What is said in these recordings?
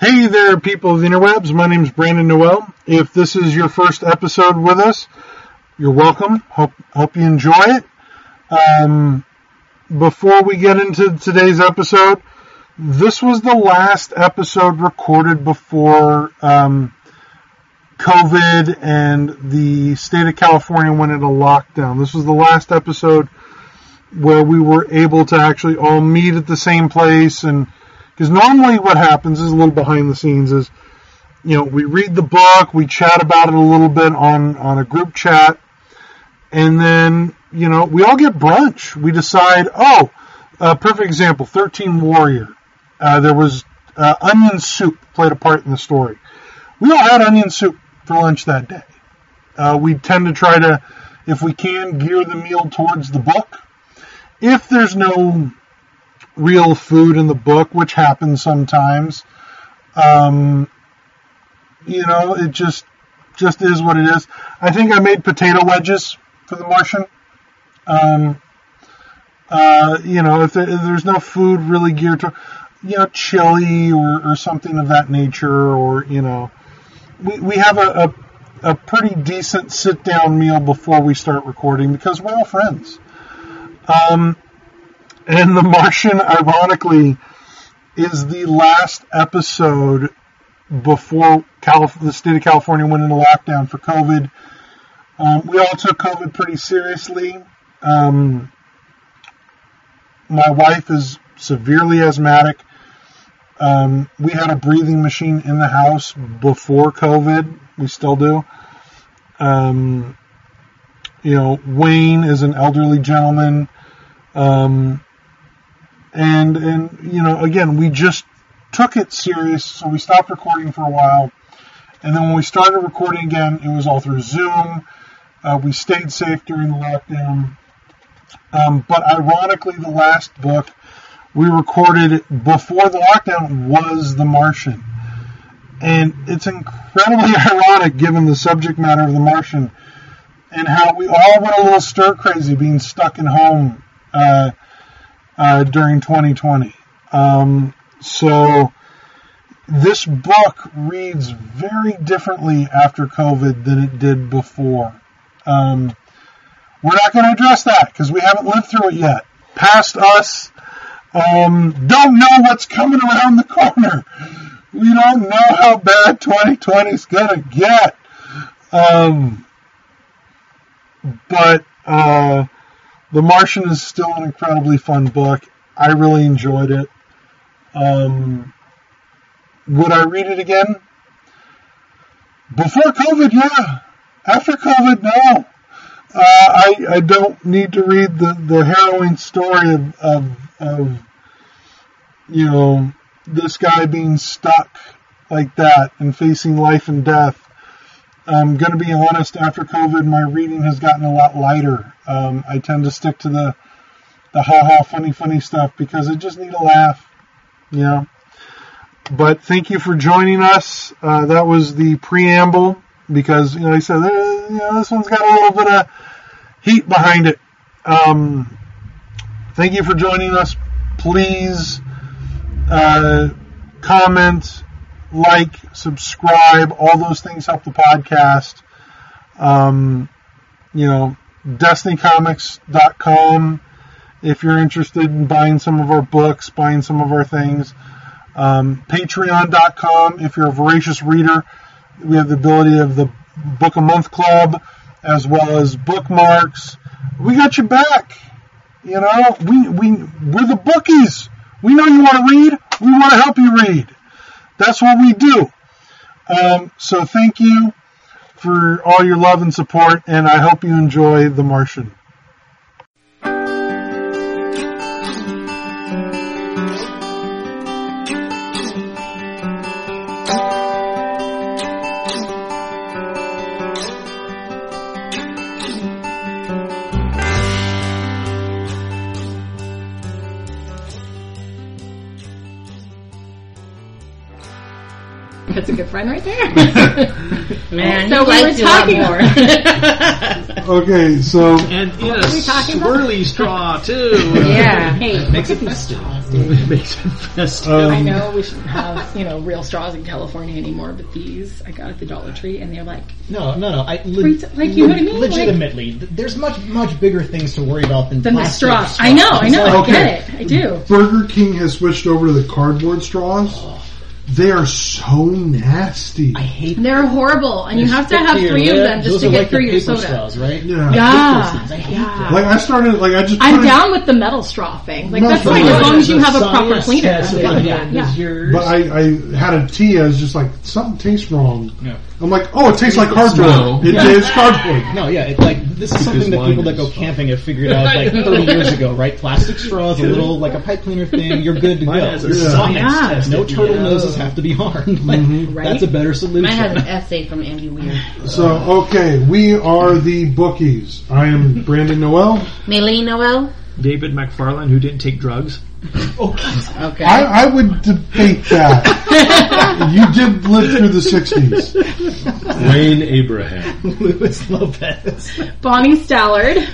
Hey there, people of the interwebs. My name is Brandon Noel. If this is your first episode with us, you're welcome. Hope hope you enjoy it. Um, before we get into today's episode, this was the last episode recorded before um, COVID and the state of California went into lockdown. This was the last episode where we were able to actually all meet at the same place and because normally what happens is a little behind the scenes is you know we read the book we chat about it a little bit on on a group chat and then you know we all get brunch we decide oh a perfect example 13 warrior uh, there was uh, onion soup played a part in the story we all had onion soup for lunch that day uh, we tend to try to if we can gear the meal towards the book if there's no real food in the book, which happens sometimes, um, you know, it just just is what it is. I think I made potato wedges for the Martian. Um, uh, you know, if, there, if there's no food really geared to, you know, chili or, or something of that nature, or you know, we we have a, a a pretty decent sit down meal before we start recording because we're all friends. Um, and The Martian, ironically, is the last episode before Calif- the state of California went into lockdown for COVID. Um, we all took COVID pretty seriously. Um, my wife is severely asthmatic. Um, we had a breathing machine in the house before COVID. We still do. Um, you know, Wayne is an elderly gentleman. Um, and and you know again we just took it serious so we stopped recording for a while and then when we started recording again it was all through zoom uh, we stayed safe during the lockdown um, but ironically the last book we recorded before the lockdown was the martian and it's incredibly ironic given the subject matter of the martian and how we all went a little stir crazy being stuck in home uh, uh, during 2020. Um, so this book reads very differently after COVID than it did before. Um, we're not going to address that because we haven't lived through it yet. Past us um, don't know what's coming around the corner. We don't know how bad 2020 is going to get. Um, but uh, the Martian is still an incredibly fun book. I really enjoyed it. Um, would I read it again? Before COVID, yeah. After COVID, no. Uh, I, I don't need to read the, the harrowing story of, of, of, you know, this guy being stuck like that and facing life and death. I'm going to be honest, after COVID, my reading has gotten a lot lighter. Um, I tend to stick to the the ha ha funny funny stuff because I just need a laugh, you know. But thank you for joining us. Uh, that was the preamble because you know I said eh, you know this one's got a little bit of heat behind it. Um, thank you for joining us. Please uh, comment, like, subscribe. All those things help the podcast. Um, you know, destinycomics.com if you're interested in buying some of our books, buying some of our things. Um, Patreon.com if you're a voracious reader. We have the ability of the Book a Month Club as well as bookmarks. We got you back. You know, we, we, we're the bookies. We know you want to read. We want to help you read. That's what we do. Um, so thank you for all your love and support, and I hope you enjoy The Martian. That's a good friend right there. Man, So you we were liked you a lot talking- more. Okay, so um, And in a we talking about? swirly straw too. Yeah. hey, Makes Uh, it look at these festive. straws, dude. It makes it festive. Um, I know we shouldn't have, you know, real straws in California anymore, but these I got at the Dollar Tree, and they're like, No, no, no. I le- Free to- like, you know what I mean? Like- Legitimately, th- there's much, much bigger things to worry about than then the plastic straws. I know, I know, Okay. I get it. I do. Burger King has switched over to the cardboard straws. They are so nasty. I hate. They're horrible, and you They're have to have stickier, three of yeah. them just Those to are get like the through your paper soda. Straws, right? yeah. those Yeah. things. I hate yeah. Like I started, like I just. I'm put it- down with the metal straw thing. Like No, that's for fine me, as long as the you have a proper science cleaner. test I'm at good with the that. end Yeah. is yours. But I, I had a tea. I was just like something tastes wrong. Yeah. I'm like, oh, it tastes like cardboard. Smell. It tastes cardboard. no, yeah, it, like this is something that mine people that go is- camping have figured out like 30 years ago, right? Plastic straws, a little like a pipe cleaner thing. You're good to Mine go. has a You're Yeah. science Yeah. test. No turtle noses have to be harmed. Like, Mm-hmm. Right? That's a better solution. Mine has an essay from Andy Weir. So okay, we are the bookies. I am Brandon Noel. Maylene Noel? David McFarlane, who didn't take drugs. Okay. I, I would debate that. you did live through the '60s. Wayne Abraham. Luis Lopez. Bonnie Stallard.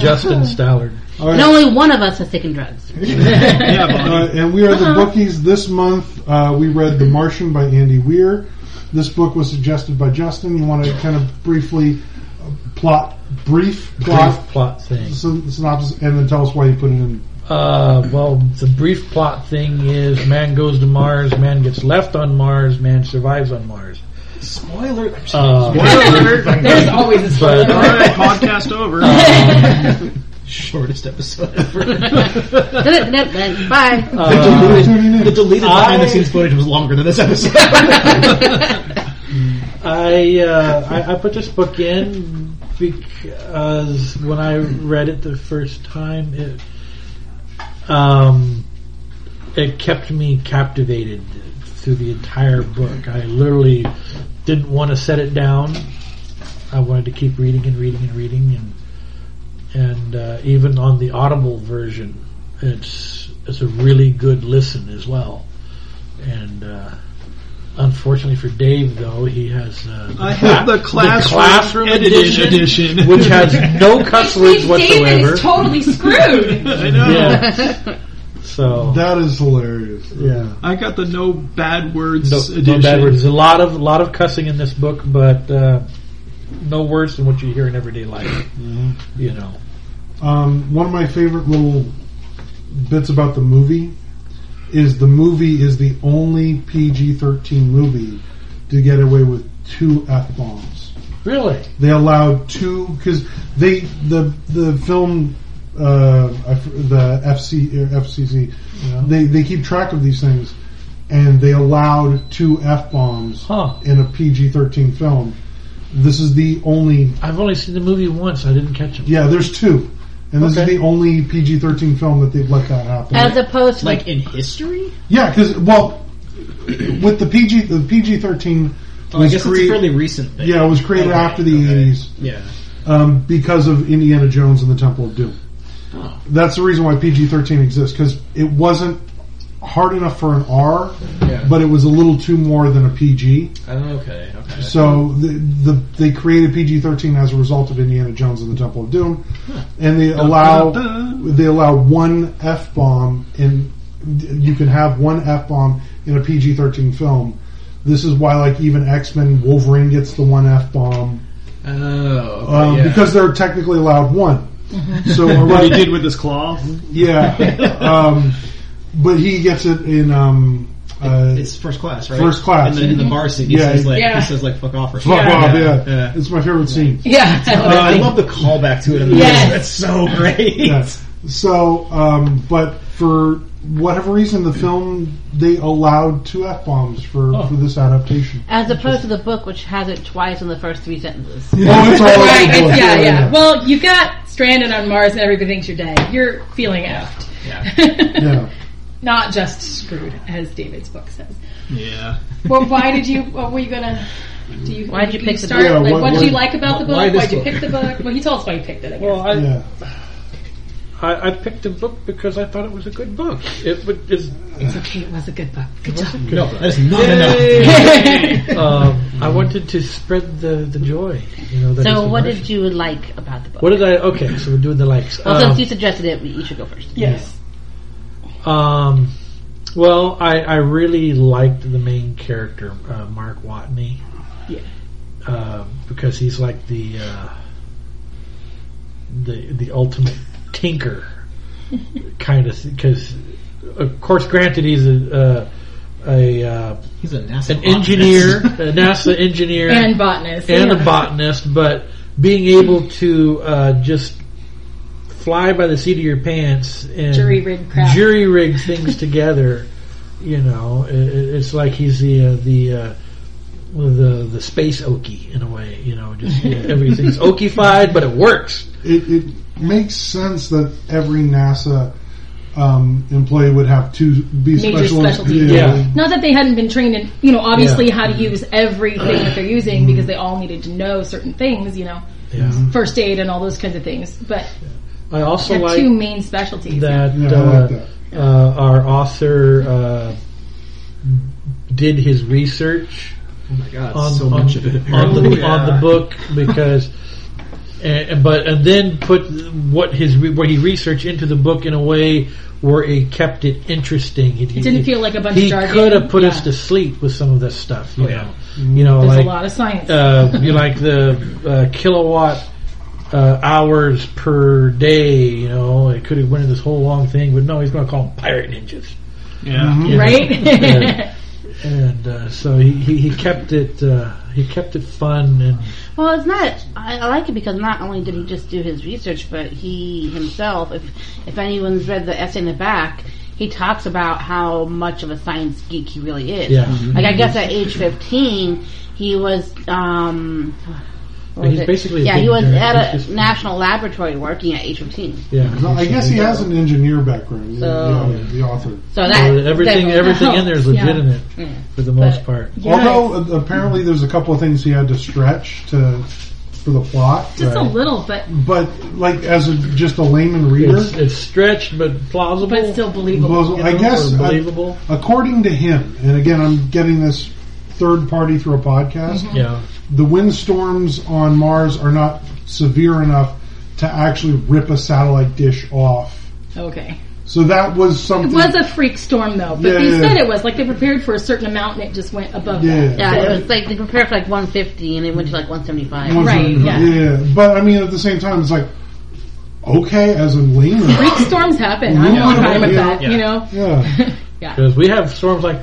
Justin Stallard. All right. and only one of us has taken drugs. Yeah, Bonnie. Uh, and we are the bookies. This month, uh, we read *The Martian* by Andy Weir. This book was suggested by Justin. You want to kind of briefly uh, plot, brief plot, brief plot thing. syn- synopsis, and then tell us why you put it in. Uh, well, the brief plot thing is man goes to Mars, man gets left on Mars, man survives on Mars. Spoiler. Uh, There's always a but, All right, podcast over. Shortest episode ever. Bye. uh, Who's tuning in? The deleted behind the scenes footage was longer than this episode. I, uh, I I put this book in because when I read it the first time, it um, it kept me captivated through the entire book. I literally didn't want to set it down. I wanted to keep reading and reading and reading, and and uh, even on the Audible version, it's it's a really good listen as well. And uh, unfortunately for Dave, though, he has uh, I have the classroom, classroom edited edition, edition. which has no cuss words David whatsoever. is totally screwed. I know. yeah. So That is hilarious. Yeah. I got the no bad words no, edition. no bad words. There's a lot of lot of cussing in this book, but uh, no worse than what you hear in everyday life. You know, Um, one of my favorite little bits about the movie is the movie is the only PG-13 movie to get away with two f-bombs. really. They allowed two because they the the film uh, I f- uh, the FC or FCC they they keep track of these things and they allowed two f bombs Huh. in a PG thirteen film. This is the only I've only seen the movie once. I didn't catch it. yeah. There's two, and this Okay. is the only PG thirteen film that they've let that happen. As opposed to like in history? yeah, because well, with the PG the PG thirteen Oh, I was guess it's a created fairly recent thing. yeah it was created Okay, after the okay. eighties. Yeah. um, because of Indiana Jones and the Temple of Doom. Oh. That's the reason why PG thirteen exists because it wasn't hard enough for an R, Yeah. but it was a little too more than a PG. Oh, Okay. Okay. So the, the they created PG thirteen as a result of Indiana Jones and the Temple of Doom, and they allow Oh, they allow one f bomb in. You can have one f bomb in a PG thirteen film. This is why, like even X Men, Wolverine gets the one f bomb Oh. Okay, um, yeah. because they're technically allowed one. So a What he right- did with his claw. yeah, um, but he gets it in um, uh, it's first class, right? First class. And then in the bar scene, he Yeah. says like Yeah. he says like fuck off or Bob, something. Bob, yeah. yeah. it's my favorite scene. Yeah. I love the callback to it. In the Yes. movie. that's so great. Yeah. So, um, but for whatever reason, the film they allowed two f bombs for Oh. for this adaptation. as opposed to the book, which has it twice in the first three sentences. Oh, it's all over Right, the it's- board. yeah, yeah. Well, you got stranded on Mars and everybody thinks you're dead. You're feeling effed. Yeah. Not just screwed, as David's book says. Yeah. Well, why did you? What were you gonna? Do you? Why'd you pick the start? book? Yeah, like, why- what did you why- like about the book? why Why this would you book? pick the book? Well, he told us why he picked it. I guess. yeah. I, I picked a book because I thought it was a good book. It would is It's okay. It was a good book. Good job. No, that is not um, I wanted to spread the, the joy. You know. That is So, the what Martian. did you like about the book? What did I? Okay, so we're doing the likes. well, Um, since you suggested it, we- you should go first. Yes. Um, well, I, I really liked the main character, uh, Mark Watney. Yeah. Uh, because he's like the uh, the the ultimate tinker kind of because of course granted he's a a, a uh, He's a NASA an engineer a NASA engineer And botanist. and yeah. a botanist, but being able to uh, just fly by the seat of your pants and Jury rig crap. jury rig things together, you know, i i- it's like he's the uh, the uh, well, the the space Okie in a way, you know, just yeah, everything's Okified, but it works. it, it makes sense that every NASA um, employee would have two be Major special. specialty. Yeah. Not that they hadn't been trained in, you know, obviously Yeah. how to use everything that they're using because they all needed to know certain things, you know, Yeah, Mm-hmm. first aid and all those kinds of things. But I also they're like two main specialties. that, Yeah, I uh, like that. Uh, our author uh, did his research. Oh my god, on, so on- much of it. on apparently. the, Ooh, on yeah. the book because, and, and- but and then put what his re- what he researched into the book in a way where it kept it interesting. It, didn't feel like a bunch of He jargon. could have put us Yeah. to sleep with some of this stuff. You Oh, yeah. know, you know, There's like a lot of science. uh, you like the uh, kilowatt uh, hours per day. You know, it could have went into this whole long thing, but no, he's going to call them pirate ninjas Yeah. Mm-hmm. you know? right? Yeah. And uh, so he, he, he kept it uh, he kept it fun and Well, it's not. I, I like it because not only did he just do his research, but he himself, if if anyone's read the essay in the back, he talks about how much of a science geek he really is. Yeah. Mhm. Like I guess at age fifteen, he was. um what was He's it? basically a yeah, he big was nerd. at He's a just- national laboratory working at age fifteen. yeah. No, I guess he has an engineer background. the- So- the, the author, So that So Oh, everything, that- everything in there is Yeah. legitimate for the most part. Yeah. although uh, apparently there's a couple of things he had to stretch to for the plot. Just a little, but But like as a, just a layman reader, It's, it's stretched but plausible. but still believable. well, you I know, guess or uh, believable. according to him, and again I'm getting this third party through a podcast. yeah, the windstorms on Mars are not severe enough to actually rip a satellite dish off. Okay. So that was It something. was a freak storm though, but Yeah, they yeah, said yeah. it was like they prepared for a certain amount and it just went above yeah, Yeah, it was like they prepared for like 150 and it went to like 175. It was- right, yeah. But I mean, at the same time, it's like okay, as a layman, that. Freak storms happen. I'm Yeah. all fine with Yeah. that, you know. yeah, because we have storms like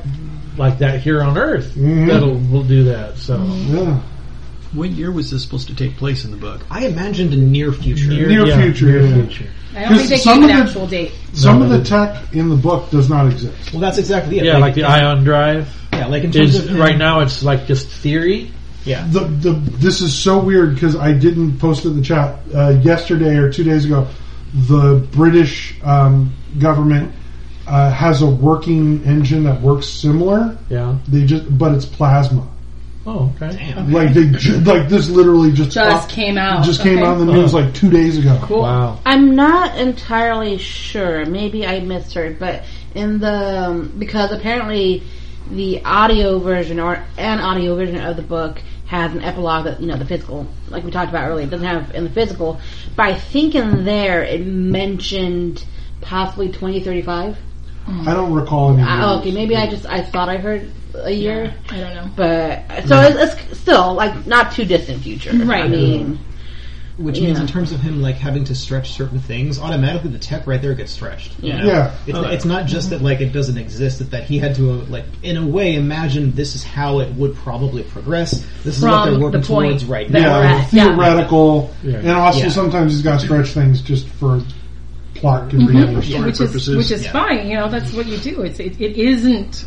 like that here on Earth Mhm. that'll will do that. So Mm-hmm. yeah, What year was this supposed to take place in the book? I imagined a near future. Near yeah, future, near yeah. future. I don't think Because they some gave an of the- actual date. some No, of it the tech in the book does not exist. Well, that's exactly it. Yeah, like the ion drive Yeah, like in terms is of right now. It's like just theory. Yeah, The, the this is so weird because I didn't post it in the chat uh, yesterday or two days ago. The British um, government uh, has a working engine that works similar. Yeah. They just, but it's plasma. Oh, okay. Like they, ju- like this literally just Just came out. just came Okay. out on the news Uh-huh. like two days ago. Wow. I'm not entirely sure. Maybe I misheard, but in the um, because apparently the audio version or an audio version of the book has an epilogue that you know the physical, like we talked about earlier, it doesn't have in the physical. But I think in there it mentioned possibly 2035. I don't recall any. I- Oh, oh, news. okay, maybe I just I thought I heard a year. I don't know. But so it's, it's still like not too distant future. I Right. mean, which means Yeah. in terms of him like having to stretch certain things, automatically the tech right there gets stretched. you Yeah. know? Yeah. It's, it's not just that like it doesn't exist, it's that he had to uh, like in a way imagine this is how it would probably progress. This is what From they're working the point towards right that now. we're Yeah, at. Yeah. theoretical, Yeah. and also Yeah. sometimes he's got to stretch things just for plot Mm-hmm. convenience. Story which is purposes. which is Yeah. fine. You know, that's what you do. It's it, it isn't.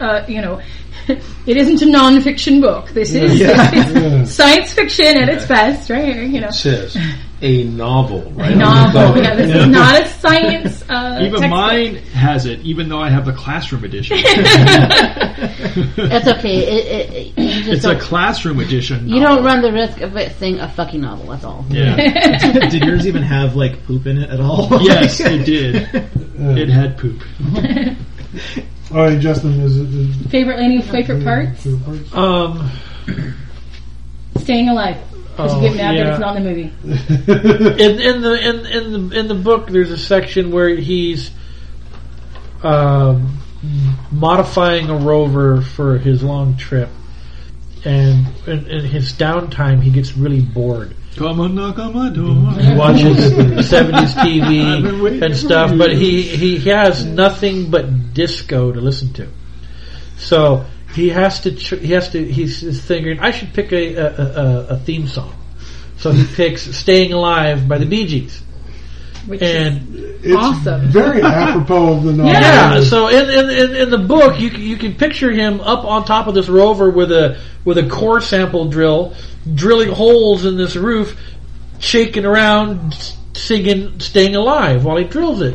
Uh, you know, it isn't a nonfiction book. This is Yeah. it's science fiction at its best, right? You know, Says a novel, right? A novel. Yeah, this is not a science. Uh, Even textbook. mine has it, even though I have the classroom edition. That's okay. It, it, it, you just it's a don't, classroom edition. you don't run the risk of it saying a fucking novel. That's all. Yeah. did yours even have like poop in it at all? yes, it did. It had poop. All right, Justin, is it? Is Favorite landing, favorite parts? favorite parts? Um, Staying alive. Because Oh, you get mad that yeah. it's not in the movie. in, in the in, in the in the book, there's a section where he's um, modifying a rover for his long trip, and in, in his downtime, he gets really bored. Come on, knock on my door. He watches 70s I've been waiting TV and for stuff, you. but he, he has nothing but disco to listen to. So he has to ch- he has to he's he's thinking I should pick a a, a, a theme song. So he picks "Staying Alive" by the Bee Gees, Which is and It's awesome. Very apropos of the novel. yeah. So in, in, in, in the book, you c- you can picture him up on top of this rover with a with a core sample drill, drilling holes in this roof, shaking around, s- singing, staying alive while he drills it.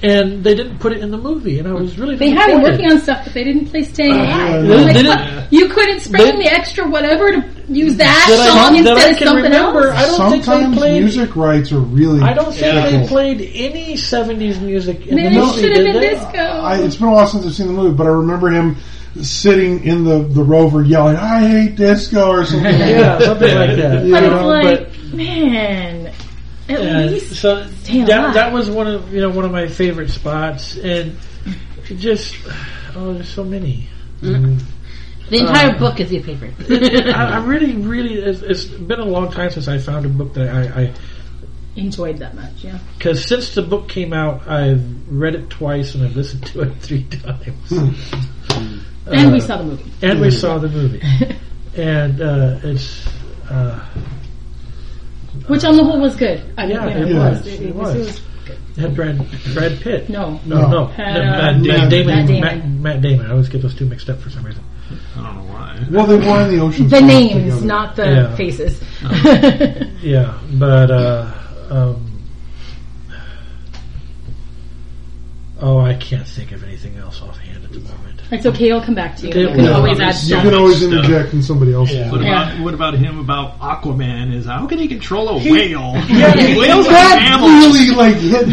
And they didn't put it in the movie, and I was really They had him disappointed. working on stuff, but they didn't play Staying Alive. yeah, I'm like, Uh, They didn't- "Fuck, you couldn't spring They- the extra whatever to use that, That I- song that I instead of can something remember. else. I don't think they Sometimes played- music rights are really. I don't think fickle. they played any '70s music in Maybe the it movie. should have did been they? disco. I, it's been a while since I've seen the movie, but I remember him sitting in the, the rover yelling, "I hate disco" or something. like that. Yeah, something like that. Yeah. but you it's know, like, man, at And least uh, so stay that, alive. that was one of you know one of my favorite spots, and just oh, there's so many. The entire book is your favorite. I, I really, really, it's, it's been a long time since I found a book that I enjoyed that much. Yeah, because since the book came out, I've read it twice and I've listened to it three times, Uh, and we saw the movie. and we saw the movie, and uh, it's. Uh, Which on the whole was good. I mean, Yeah, you know, it was, it was. it had Brad Brad Pitt. No. no, no, Uh, Matt, Matt Damon, Damon. Matt, Matt Damon. I always get those two mixed up for some reason. I don't know why. Well, they were in the ocean. The Farm names, together. not the Yeah. faces. Yeah, but uh, um, oh, I can't think of anything else offhand at the moment. it's okay. It'll come back to you. They You can will. always add You stuff. can always Stuff. interject in somebody else's. What Yeah. about what about him about Aquaman? Is how can he control a whale? Whales are That mammals. really like hit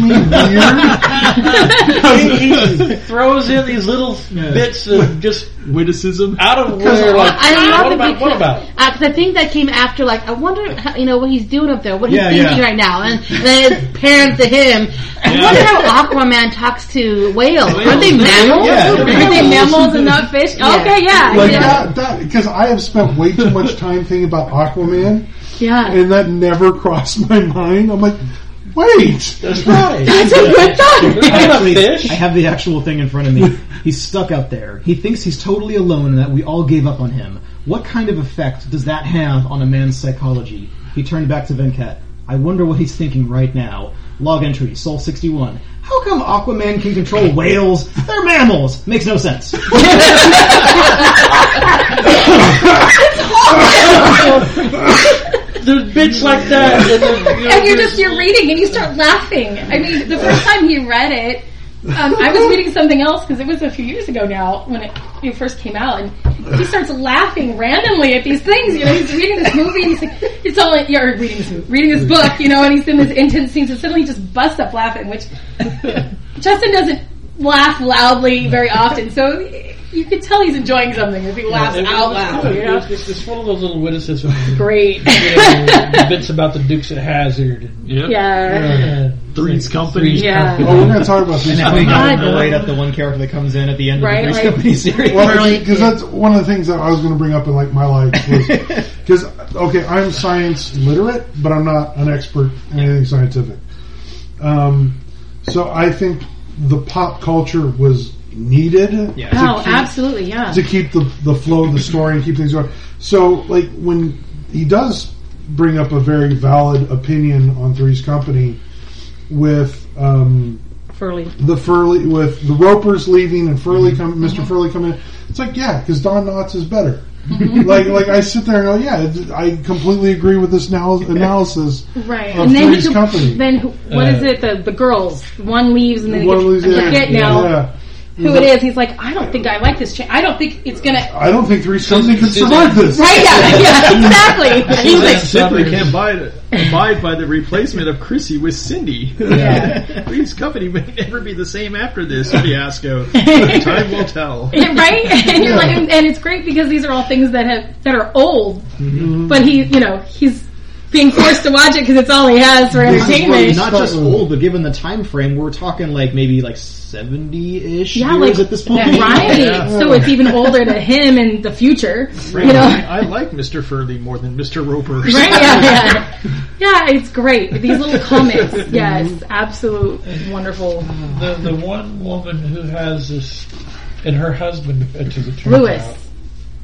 me weird. he throws in these little bits of just Witticism. out of where. Like, I love what it about what because about? uh, 'cause I think that came after. Like, I wonder, how, you know, what he's doing up there, what he's Yeah, thinking yeah. right now, and then his parents to him. I Yeah. wonder how Aquaman talks to whales. Aren't they Oh, mammals? Yeah. Aren't Are they they mammals? mammals and not fish? Okay, yeah. Like yeah. that, that because I have spent way too much time thinking about Aquaman, Yeah. and that never crossed my mind. I'm like, wait, That's right. That's a good thought. I actually- fish? I have the actual thing in front of me. He's stuck out there. He thinks he's totally alone and that we all gave up on him. What kind of effect does that have on a man's psychology? He turned back to Venkat. I wonder what he's thinking right now. Log entry, Soul 61. How come Aquaman can control whales? They're mammals! Makes no sense. There's bits like that. And, then, you know, and you're there's- just you're reading and you start laughing. I mean, the first time he read it, um, I was reading something else because it was a few years ago now when it, it first came out, and he starts laughing randomly at these things. You know, he's reading this movie and he's like, it's all like, you're reading this movie, reading this book, you know, and he's in this intense scenes and suddenly he just busts up laughing, which Justin doesn't laugh loudly very often, so you could tell he's enjoying something if he laughs and out it's loud. good. You know, It's, it's just one of those little witticisms. great. you know, bits about the Dukes of Hazard. And, Yep. yeah. and Three's Company. Yeah. oh, we're gonna talk about this. now we God. gotta relate up the one character that comes in at the end Right, like- of the Grease Company series. Well, because that's one of the things that I was going to bring up in like my life because okay, I'm science literate, but I'm not an expert in anything scientific. Um, so I think the pop culture was needed Yeah. Oh, absolutely, yeah. to keep the the flow of the story and keep things going. So like when he does bring up a very valid opinion on Three's Company with. Um, Furley. the Furley Mm-hmm. with the Ropers leaving and Furley come, Mr. Furley coming in. It's like yeah, because Don Knotts is better. Mm-hmm. like, like I sit there and go, yeah, I completely agree with this now- analysis. Right. Of and then Three's who, Company. then who, what is it? The the girls. One leaves and then they One get, of these- I yeah, forget yeah, now yeah. who it is. He's like, I don't think I like this. Cha- I don't think it's gonna. I don't think Three's Company could survive this. Right? Yeah. Yeah. Exactly. He's They like, simply can't abide, abide by the replacement of Chrissy with Cindy. Three's company may never be the same after this fiasco. Time will tell. right? And you're like, and, and it's great because these are all things that have that are old, Mm-hmm. but he, you know, he's being forced to watch it because it's all he has for entertainment. Not just old, but given the time frame, we're talking like maybe like seventy-ish Yeah, years like at this point, that- right? So it's even older to him in the future, you know. I like Mr. Furley more than Mr. Roper. Right? Yeah, yeah, yeah. It's great. These little comments, yes, absolute wonderful. The, the one woman who has this, and her husband, uh, to the turn Lewis,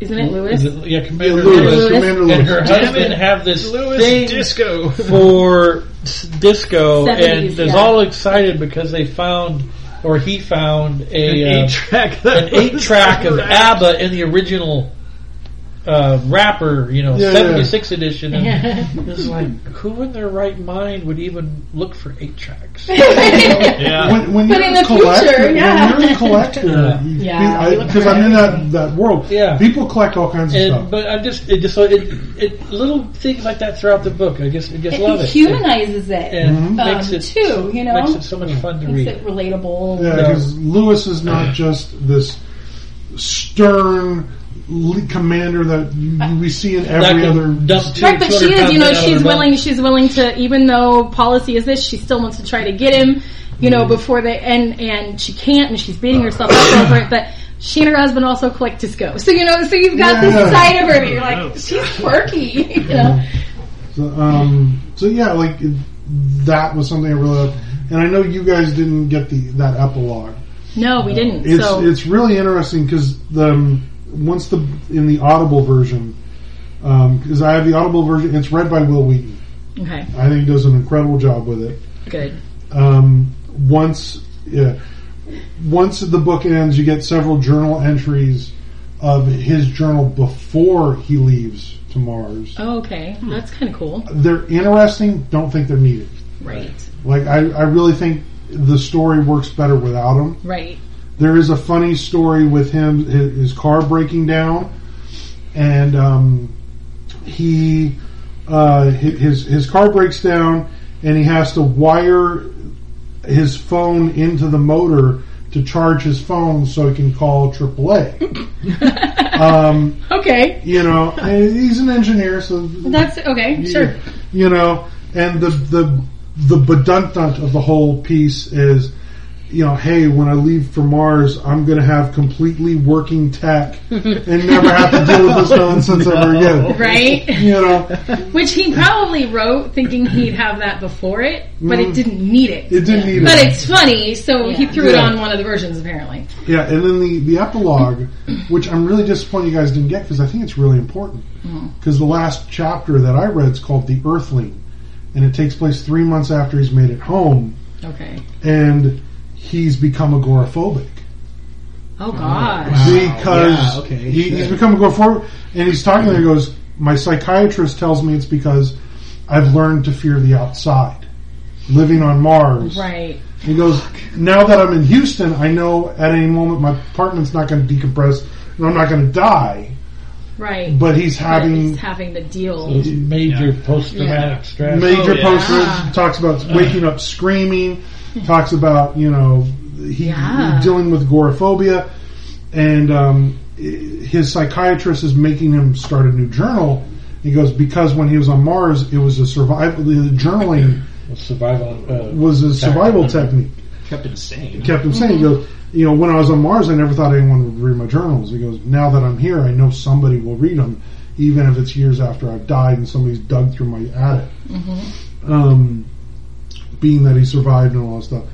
isn't it Is Lewis? it, yeah, Commander Lewis, Lewis. Commander And Lewis. her Damn husband it. have this Lewis thing Disco. for s- disco, 70s, and is yeah. all excited because they found, or he found, a An uh, eight track. an eight track of ABBA in the original uh, rapper, you know, Yeah, yeah. seventy six edition. And it's like, who in their right mind would even look for eight tracks? Yeah. when, when But you're in the a collector, future, when yeah. you're uh, a collector, Yeah, you look because for I'm in that, that world. Yeah. people collect all kinds of And, stuff. but I just it just so it, it little things like that throughout the book. I just I just love It it. humanizes it. and um, makes it too, you know? makes it so much fun to read. Makes it relatable. yeah, because Lewis is not just this stern le- commander that you- we see in Uh, That every can other. dump two Right, but she 200 is, pounds you know, out of she's her willing, mouth. she's willing to, even though policy is this, she still wants to try to get him, you know, before they, and, and she can't, and she's beating herself up over it, but she and her husband also collect disco. So, you know, so you've got Yeah. this side of her that you're like, she's quirky, you know. So, um, so yeah, like it- that was something I really loved. And I know you guys didn't get the that epilogue. No, we didn't. It's so, it's really interesting because the um, once the in the audible version because I have the audible version. It's read by Will Wheaton. okay, I think he does an incredible job with it. good. um, once yeah, once the book ends, you get several journal entries of his journal before he leaves to Mars. Oh, okay. That's kind of cool. They're interesting. Don't think they're needed. Right, Like I, I really think the story works better without him. right. There is a funny story with him, his, his car breaking down, and um, he uh, hi- his his car breaks down, and he has to wire his phone into the motor to charge his phone so he can call AAA. um, Okay. you know, and he's an engineer, so That's, okay, sure. you know, and the the the beduntant of the whole piece is, you know, hey, when I leave for Mars, I'm going to have completely working tech and never have to deal with this nonsense ever again. Right? You know, Which he probably wrote thinking he'd have that before it, but it didn't need it. it didn't need But it. it's funny, so he threw it Yeah. on one of the versions apparently. Yeah, and then the the epilogue, which I'm really disappointed you guys didn't get because I think it's really important. Mm. Because the last chapter that I read is called "The Earthling," and it takes place three months after he's made it home, Okay. and he's become agoraphobic. Oh gosh. because Ah, Yeah, okay, he, sure. he's become a go forward and he's talking there he goes my psychiatrist tells me it's because i've learned to fear the outside living on mars Right. he goes now that i'm in houston i know at any moment my apartment's not going to decompress and i'm not going to die Right. but he's But having he's having the deal. It's major post traumatic stress. major Oh, yeah. posters talks about waking up screaming talks about you know he Yeah. dealing with agoraphobia and um, i- his psychiatrist is making him start a new journal he goes because when he was on mars it was a survival the journaling survival. Uh, was a survival technique kept insane. kept him saying he goes you know when i was on mars i never thought anyone would read my journals he goes now that i'm here i know somebody will read them even if it's years after i've died and somebody's dug through my attic um, being that he survived and all that stuff.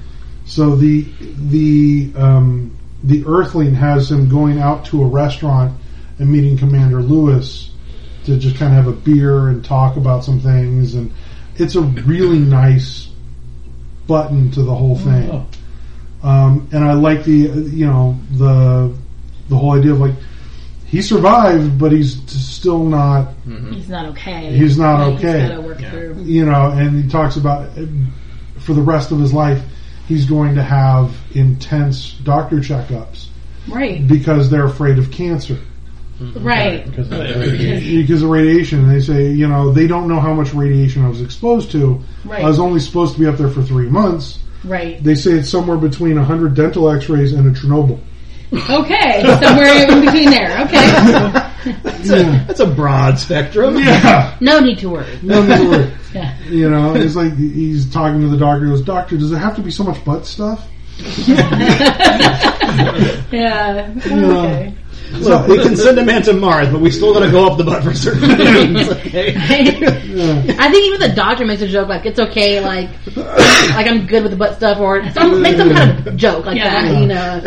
So the the um, the Earthling has him going out to a restaurant and meeting Commander Lewis to just kind of have a beer and talk about some things, and it's a really nice button to the whole thing. Um, and I like the you know the the whole idea of like he survived, but he's t- still not, He's not okay. He's not Like, okay. He's got to work through. you know, and he talks about uh, for the rest of his life, he's going to have intense doctor checkups Right. because they're afraid of cancer. Right. because of the Because of radiation, and they say, you know, they don't know how much radiation I was exposed to. Right. I was only supposed to be up there for three months. Right. They say it's somewhere between 100 dental x-rays and a Chernobyl. Okay. Somewhere in between there. Okay. That's a broad spectrum. Yeah. No need to worry. No need to worry. Yeah. You know, it's like he's talking to the doctor. He goes, doctor, does it have to be so much butt stuff? Yeah. Okay. Look, we can send a man to Mars, but we still gotta go up the butt for certain things. Okay. I think even the doctor makes a joke like it's okay, like like I'm good with the butt stuff, or some, make some kind of joke like Yeah. that. You know,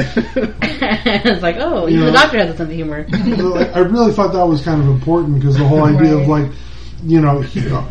it's like oh, even the Yeah. doctor has a sense of humor. Like, I really thought that was kind of important because the whole idea of like, you know, he, uh,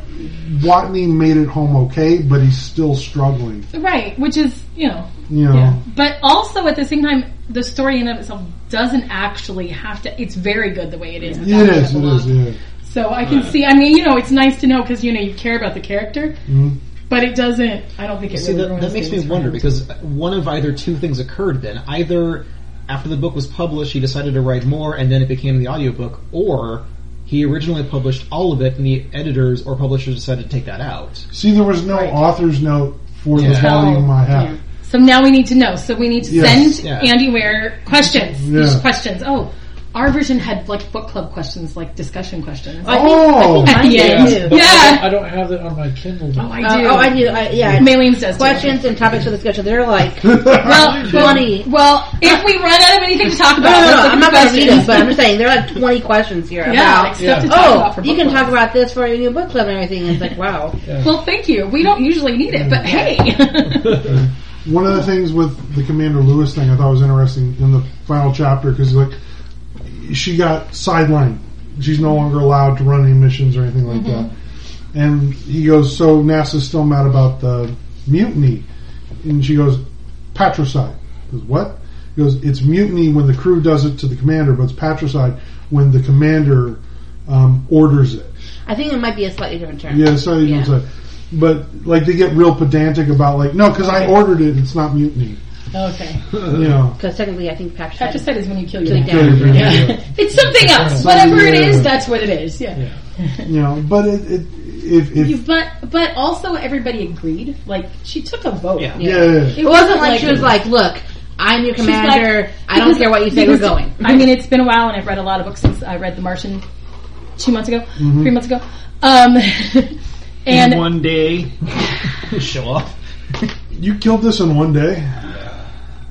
Watney made it home okay, but he's still struggling. Right. Which is you know. You know, Yeah. But also at the same time, the story in and of itself doesn't actually have to. It's very good the way it is. without it is, it Epilogue. is, yeah. So I can see. I mean, you know, it's nice to know because you know you care about the character, Mm-hmm. but it doesn't. I don't think it See, really that, that ruins makes me things for wonder him. because one of either two things occurred then. Either after the book was published, he decided to write more and then it became the audiobook, or he originally published all of it and the editors or publishers decided to take that out. See, there was no author's note for the Yeah. volume I have. So now we need to know. So we need to Yes. send Yeah. Andy Ware questions. Yeah. Just questions. Oh, our version had like book club questions, like discussion questions. I Oh! think, I think Yeah. I do. Yeah. I don't have that on my Kindle. oh, I Uh, do. oh, I do. I, yeah, Mayleen's does too. questions and topics for discussion. They're like Oh! Well, twenty. Well, if we run out of anything to talk No, about, no, no, let's look I'm at not going to read questions. it, but I'm just saying there are like 20 questions here yeah, like about. stuff to talk about Oh, for you book can club. talk about this for your new book club and everything. It's like, wow. Well, thank you. We don't usually need it, Mm-hmm. but hey. One of the things with the Commander Lewis thing I thought was interesting in the final chapter because like she got sidelined. She's no longer allowed to run any missions or anything like that. And he goes, so NASA's still mad about the mutiny. And she goes, patricide. He goes, what? He goes, it's mutiny when the crew does it to the commander, but it's patricide when the commander um, orders it. I think it might be a slightly different term. Yeah, so you Yeah. can say. But like they get real pedantic about like, no, because I ordered it. It's not mutiny. okay. You know. Because technically, I think Patrick. That just said is when you kill your Kill your dad. dad. Yeah. It's something else. Whatever it is, that's what it is. Yeah. You know, but it, it if, if You- But but also everybody agreed. Like she took a vote. Yeah. yeah, yeah, yeah. It wasn't like, she was like, look, I'm your she's like- commander. I don't because- care what you say, we're because- going. I mean, it's been a while, and I've read a lot of books since I read The Martian two months ago, three months ago. Um, and In one day, Show off. you killed this in one day.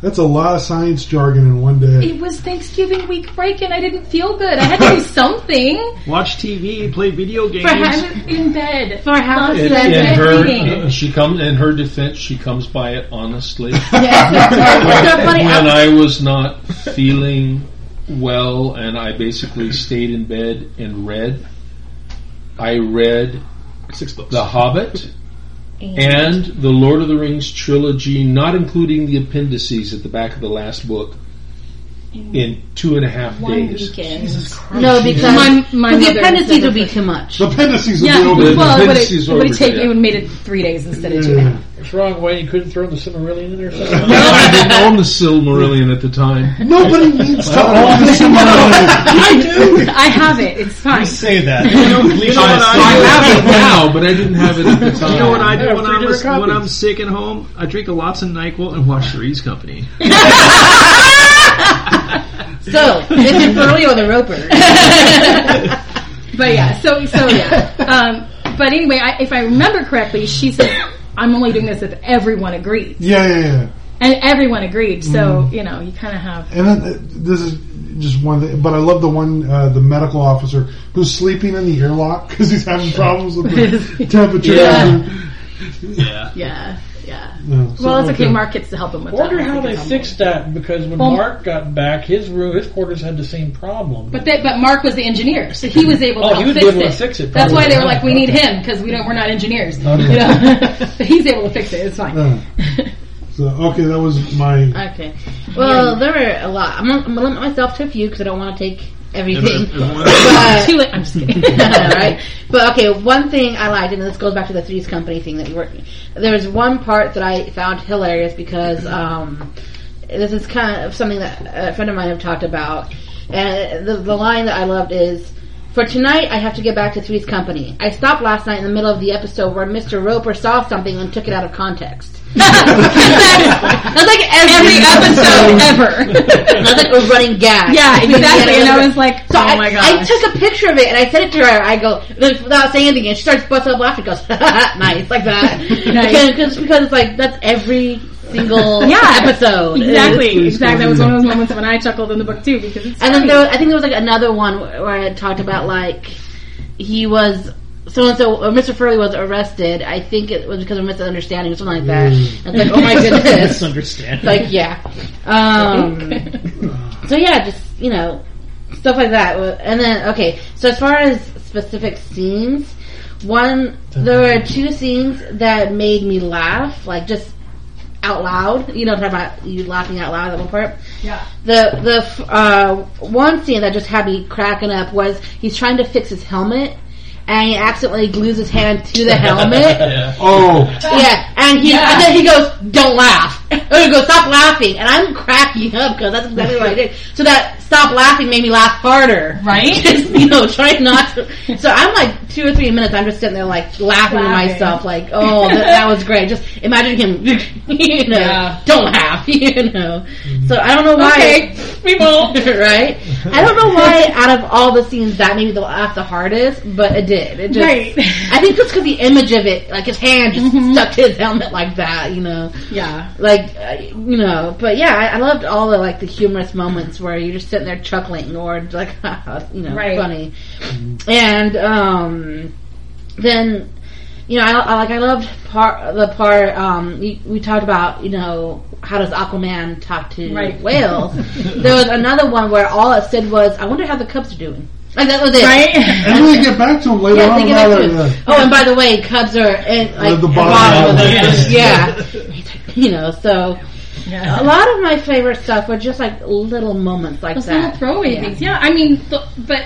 That's a lot of science jargon in one day. it was Thanksgiving week break, and I didn't feel good. I had to do something. watch TV, play video For games. ha- in bed. For how Lots she of said bed In reading. her, she comes in her defense. She comes by it honestly. It's so funny. when I, I was not feeling well and I basically stayed in bed and read, I read Six books. The Hobbit and the Lord of the Rings trilogy, not including the appendices at the back of the last book, in two and a half One days. weekend. no, because My- my because the mother appendices said would be that- too much. The appendices Yeah, would be over. well, it would Appendices have, would over, have taken yeah. you and made it three days instead of two and a Yeah. half. What's wrong? Why you couldn't throw the Cimmerillion in there? or something? I didn't own the Silmarillion at the time. Nobody needs to own this amount. I do. I have it. It's fine. Say that. You know what I I- have it now, but I didn't have it at the time. You know what I do Yeah, when three I'm, different when copies. I'm sick at home? I drink a lots of NyQuil and watch Three's Company. So, it's Inferno or the Roper. But yeah, so so yeah. Um, but anyway, I, if I remember correctly, she said, "I'm only doing this if everyone agrees," Yeah, yeah, yeah. and everyone agreed. So you know, you kind of have. And then, uh, this is just one thing, but I love the one, uh, the medical officer who's sleeping in the airlock because he's having problems with the temperature. Yeah. Yeah. Yeah, yeah. No, so- Well, it's okay. Mark gets to help him with that. Wonder how Mark they gets to help him. fixed that because when Well- Mark got back, his room, his quarters had the same problem. But they, but Mark was the engineer, so he was able to Oh, help he was fix, able to it. fix it, That's why probably. they were like, we need Okay. him because we don't we're not engineers. Okay. You know? but he's able to fix it. It's fine. Uh, so okay, that was my okay. Well, there were a lot. I'm, I'm going to limit myself to a few because I don't want to take everything. Everyone- But- Too late. I'm just kidding. right? But okay, one thing I liked, and this goes back to the Three's Company thing that we were. There was one part that I found hilarious because um, this is kind of something that a friend of mine have talked about, and the, the line that I loved is. For tonight, I have to get back to Three's Company. I stopped last night in the middle of the episode where Mr. Roper saw something and took it out of context. That's like every episode ever. That's like a running gag. yeah, Between the exactly. And I editor- was like, So oh I, my I god. took a picture of it and I sent it to her. I go without saying anything, and she starts bust up laughing. Goes nice like that. Nice. Because because it's like that's every single Yeah, episode Exactly, exactly. That was one of those moments when I chuckled in the book too because it's And then funny. there was, I think there was like another one where I talked about like he was so and so Mr. Furley was arrested. I think it was because of misunderstanding or something like that. And it's like oh my goodness, Misunderstand. like yeah. Um, so yeah, just you know stuff like that. And then okay, so as far as specific scenes, one there were two scenes that made me laugh, like just out loud. You know, talking about you laughing out loud at one part. Yeah. The the f- uh, one scene that just had me cracking up was he's trying to fix his helmet. And he accidentally glues his hand to the helmet. Oh, Yeah, and he and then he goes, "Don't laugh." Or he goes, "Stop laughing," and I'm cracking up because that's exactly what I did. So that stop laughing made me laugh harder. right. Just you know, trying not to. So I'm like two or three minutes. I'm just sitting there like laughing, to Laughing. myself, like, "Oh, that, that was great." Just imagine him, you know, Yeah. don't laugh, you know. So I don't know why. Okay, we won't. right? I don't know why out of all the scenes that made me laugh the hardest, but it did. It just, Right. I think just because the image of it, like his hand just stuck to his helmet like that, you know, Yeah. like uh, you know. But yeah, I, I loved all the like the humorous moments where you're just sitting there chuckling or like you know, Right. funny. And um, then you know, I, I like I loved part the part um, we, we talked about. You know, how does Aquaman talk to Right. whales? there was another one where all it said was, "I wonder how the Cubs are doing." Like that was it. Right? and then they get back to him later Yeah, on. they get about back to it, it. uh, Oh, and by the way, Cubs are in, like the bottom of the of the yeah. you know, so a Yeah. lot of my favorite stuff were just like little moments like Those little that. throwaway Yeah. things. Yeah, I mean, th- but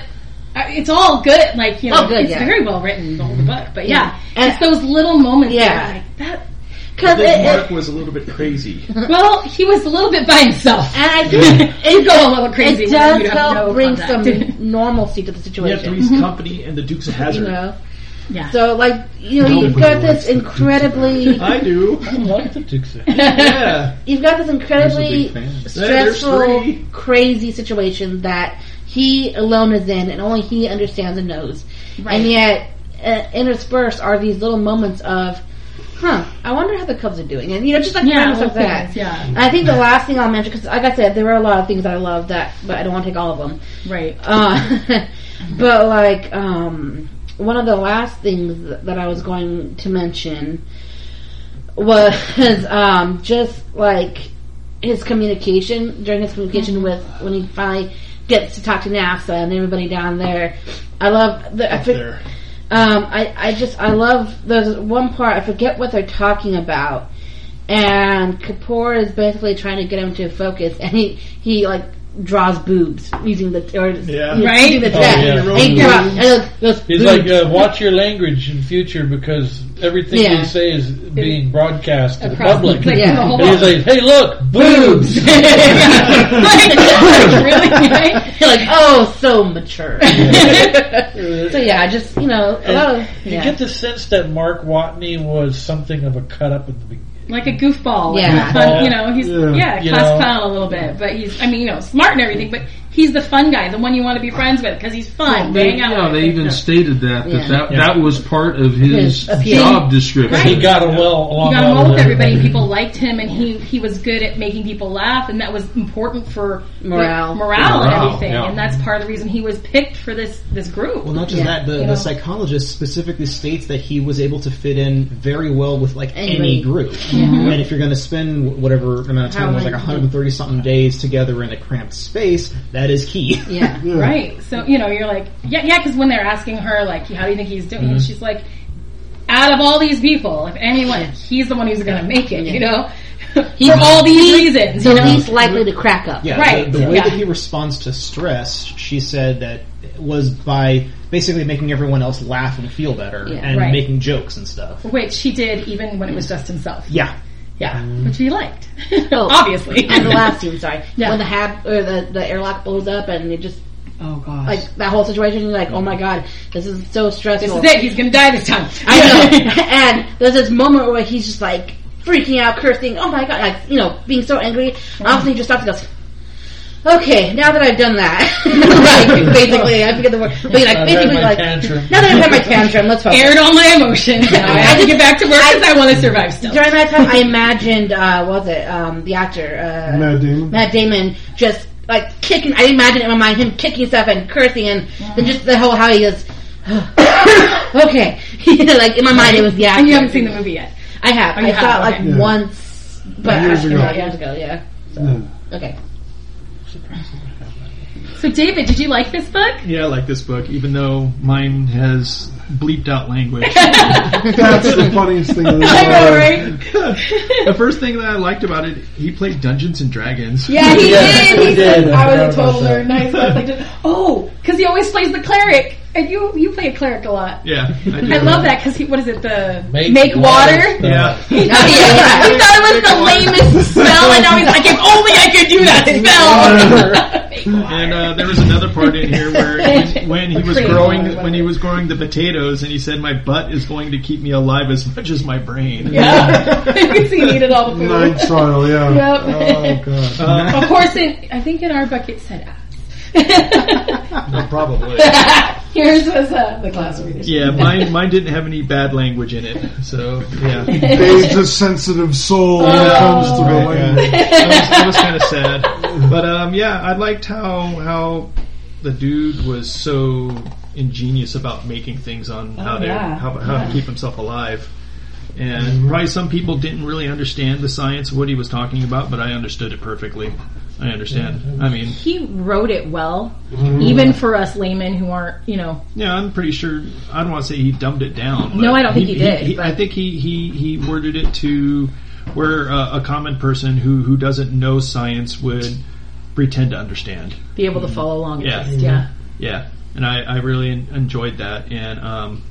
uh, it's all good. Like you know, Oh, good, it's yeah. very well written the whole book. But yeah, And- it's those little moments. Yeah. Yeah. Like, that. Because it, Big it- Mark was a little bit crazy. Well, he was a little bit by himself. and I think You go a little crazy. when you it does have help no bring contact. some normalcy to the We have situation. Three's Company and the Dukes of You Hazard. know, yeah. so like you know, you've got this incredibly, I do. Yeah. you've got this incredibly There's stressful, three. crazy situation that he alone is in, and only he understands and knows. And yet, uh, interspersed are these little moments of, huh, I wonder how the Cubs are doing. And, you know, just like yeah, moments like little that. things, yeah, And I think the last thing I'll mention, because like I said, there were a lot of things that I love that, but I don't want to take all of them. right. Uh, but like, um, one of the last things that I was going to mention was um, just like his communication during his communication Mm-hmm. with when he finally gets to talk to NASA and everybody down there. I love the. I Up fi- there. um, I, I just I love there's one part I forget what they're talking about, and Kapoor is basically trying to get him to focus, and he he like draws boobs using the or Yeah. using Right? the Oh, text. yeah. And he draws- and it goes He's boobs. like, uh, watch your language in future because everything Yeah. you say is being broadcast to the Across- public. like, Yeah. the whole And he's book. like, hey, look, boobs. like, really? Right? You're like oh so mature. so you yeah, just you know a lot of yeah. get the sense that Mark Watney was something of a cut up at the beginning. Like a goofball. Yeah. Like a fun, you know, he's, Yeah. yeah, You class know. clown a little bit. But he's, I mean, you know, smart and everything, but he's the fun guy, the one you want to be friends with because he's fun. They, hang out yeah, with. they even stated that that, Yeah. that, Yeah. that was part of his His appeal. job description. He got a well He along got along with everybody. everybody. People liked him, and he he was good at making people laugh, and that was important for the Morale. morale, Morale, and everything. yeah. And that's part of the reason he was picked for this this group. Well, not just Yeah. that, the, You know? the psychologist specifically states that he was able to fit in very well with like Anybody. any group. Mm-hmm. And if you're going to spend wh- whatever amount of How time, it was like long- 130 something days together in a cramped space, that is key. yeah. yeah. Right. So, you know, you're like, yeah, yeah, because when they're asking her, like, how do you think he's doing? And she's like, out of all these people, if anyone, he's the one who's going to make it, you know? for all these reasons. the You know? least likely to crack up. Yeah, Right, The, the way yeah. that he responds to stress, she said that it was by basically making everyone else laugh and feel better Yeah. and Right. making jokes and stuff. Which he did even when it was just himself. Yeah. Yeah, which he liked, Mm-hmm. Oh. obviously. And the last scene, sorry, Yeah. when the hab or the, the airlock blows up and it just oh gosh, like that whole situation, you're like, oh my god, this is so this stressful. is it. He's gonna die this time. I know. and there's this moment where he's just like freaking out, cursing, oh my god, like, you know, being so angry. Obviously he just stops and goes, okay, now that I've done that, like, basically, I forget the word, but you're like, I've had basically my like, tantrum. now that I've had my tantrum, let's focus. aired all my emotions. Now I have to get back to work because I, want to survive still. During that time, I imagined, uh, what was it, um, the actor, uh, Matt Damon. Matt Damon just like kicking. I imagine in my mind him kicking stuff and cursing and then just the whole how he goes. okay, You know, like in my mind it was yeah. And you haven't seen the movie yet. I have. Oh, I you saw have, it like okay. Yeah. once, but Years ago. Years ago, yeah. Yeah. Okay. So David, did you like this book? Yeah, I like this book, even though mine has bleeped out language. That's the funniest thing. I've I ever know, heard. right? the first thing that I liked about it, he played Dungeons and Dragons. Yeah, he did. He, he said, did. "I was a forgot total about nerd." Nice. I was like, oh, because he always plays the cleric, and you you play a cleric a lot. Yeah, I, do. I love that because he what is it the make, Make water? water. Yeah, He thought, Oh, yeah. he thought it was the lamest spell, and now he's like, if only I could do that spell. Make water. and uh, there was another part in here where he, when he was Create growing water. when he was growing the potatoes, and he said, "My butt is going to keep me alive as much as my brain." yeah, you can see he needed all the food. Night soil, yeah. Yep. Oh god. Uh, Of course, in, I think in our bucket said ass. probably. Yours was uh, the class readers. Yeah, mine mine didn't have any bad language in it, so yeah, it Dave's a sensitive soul when it comes Oh, to the language. was, it was kind of sad. But um, yeah, I liked how how the dude was so ingenious about making things on how to Oh, yeah. how, how to keep himself alive. And probably some people didn't really understand the science of what he was talking about, but I understood it perfectly. I understand. I mean, He wrote it well, even for us laymen who aren't, you know, Yeah, I'm pretty sure. I don't want to say he dumbed it down. but No, I don't think he did, but- I think he, he, he worded it to where uh, a common person who, who doesn't know science would pretend to understand. be able to follow along. Yeah. At least. yeah. Yeah, and I, I really en- enjoyed that. And um,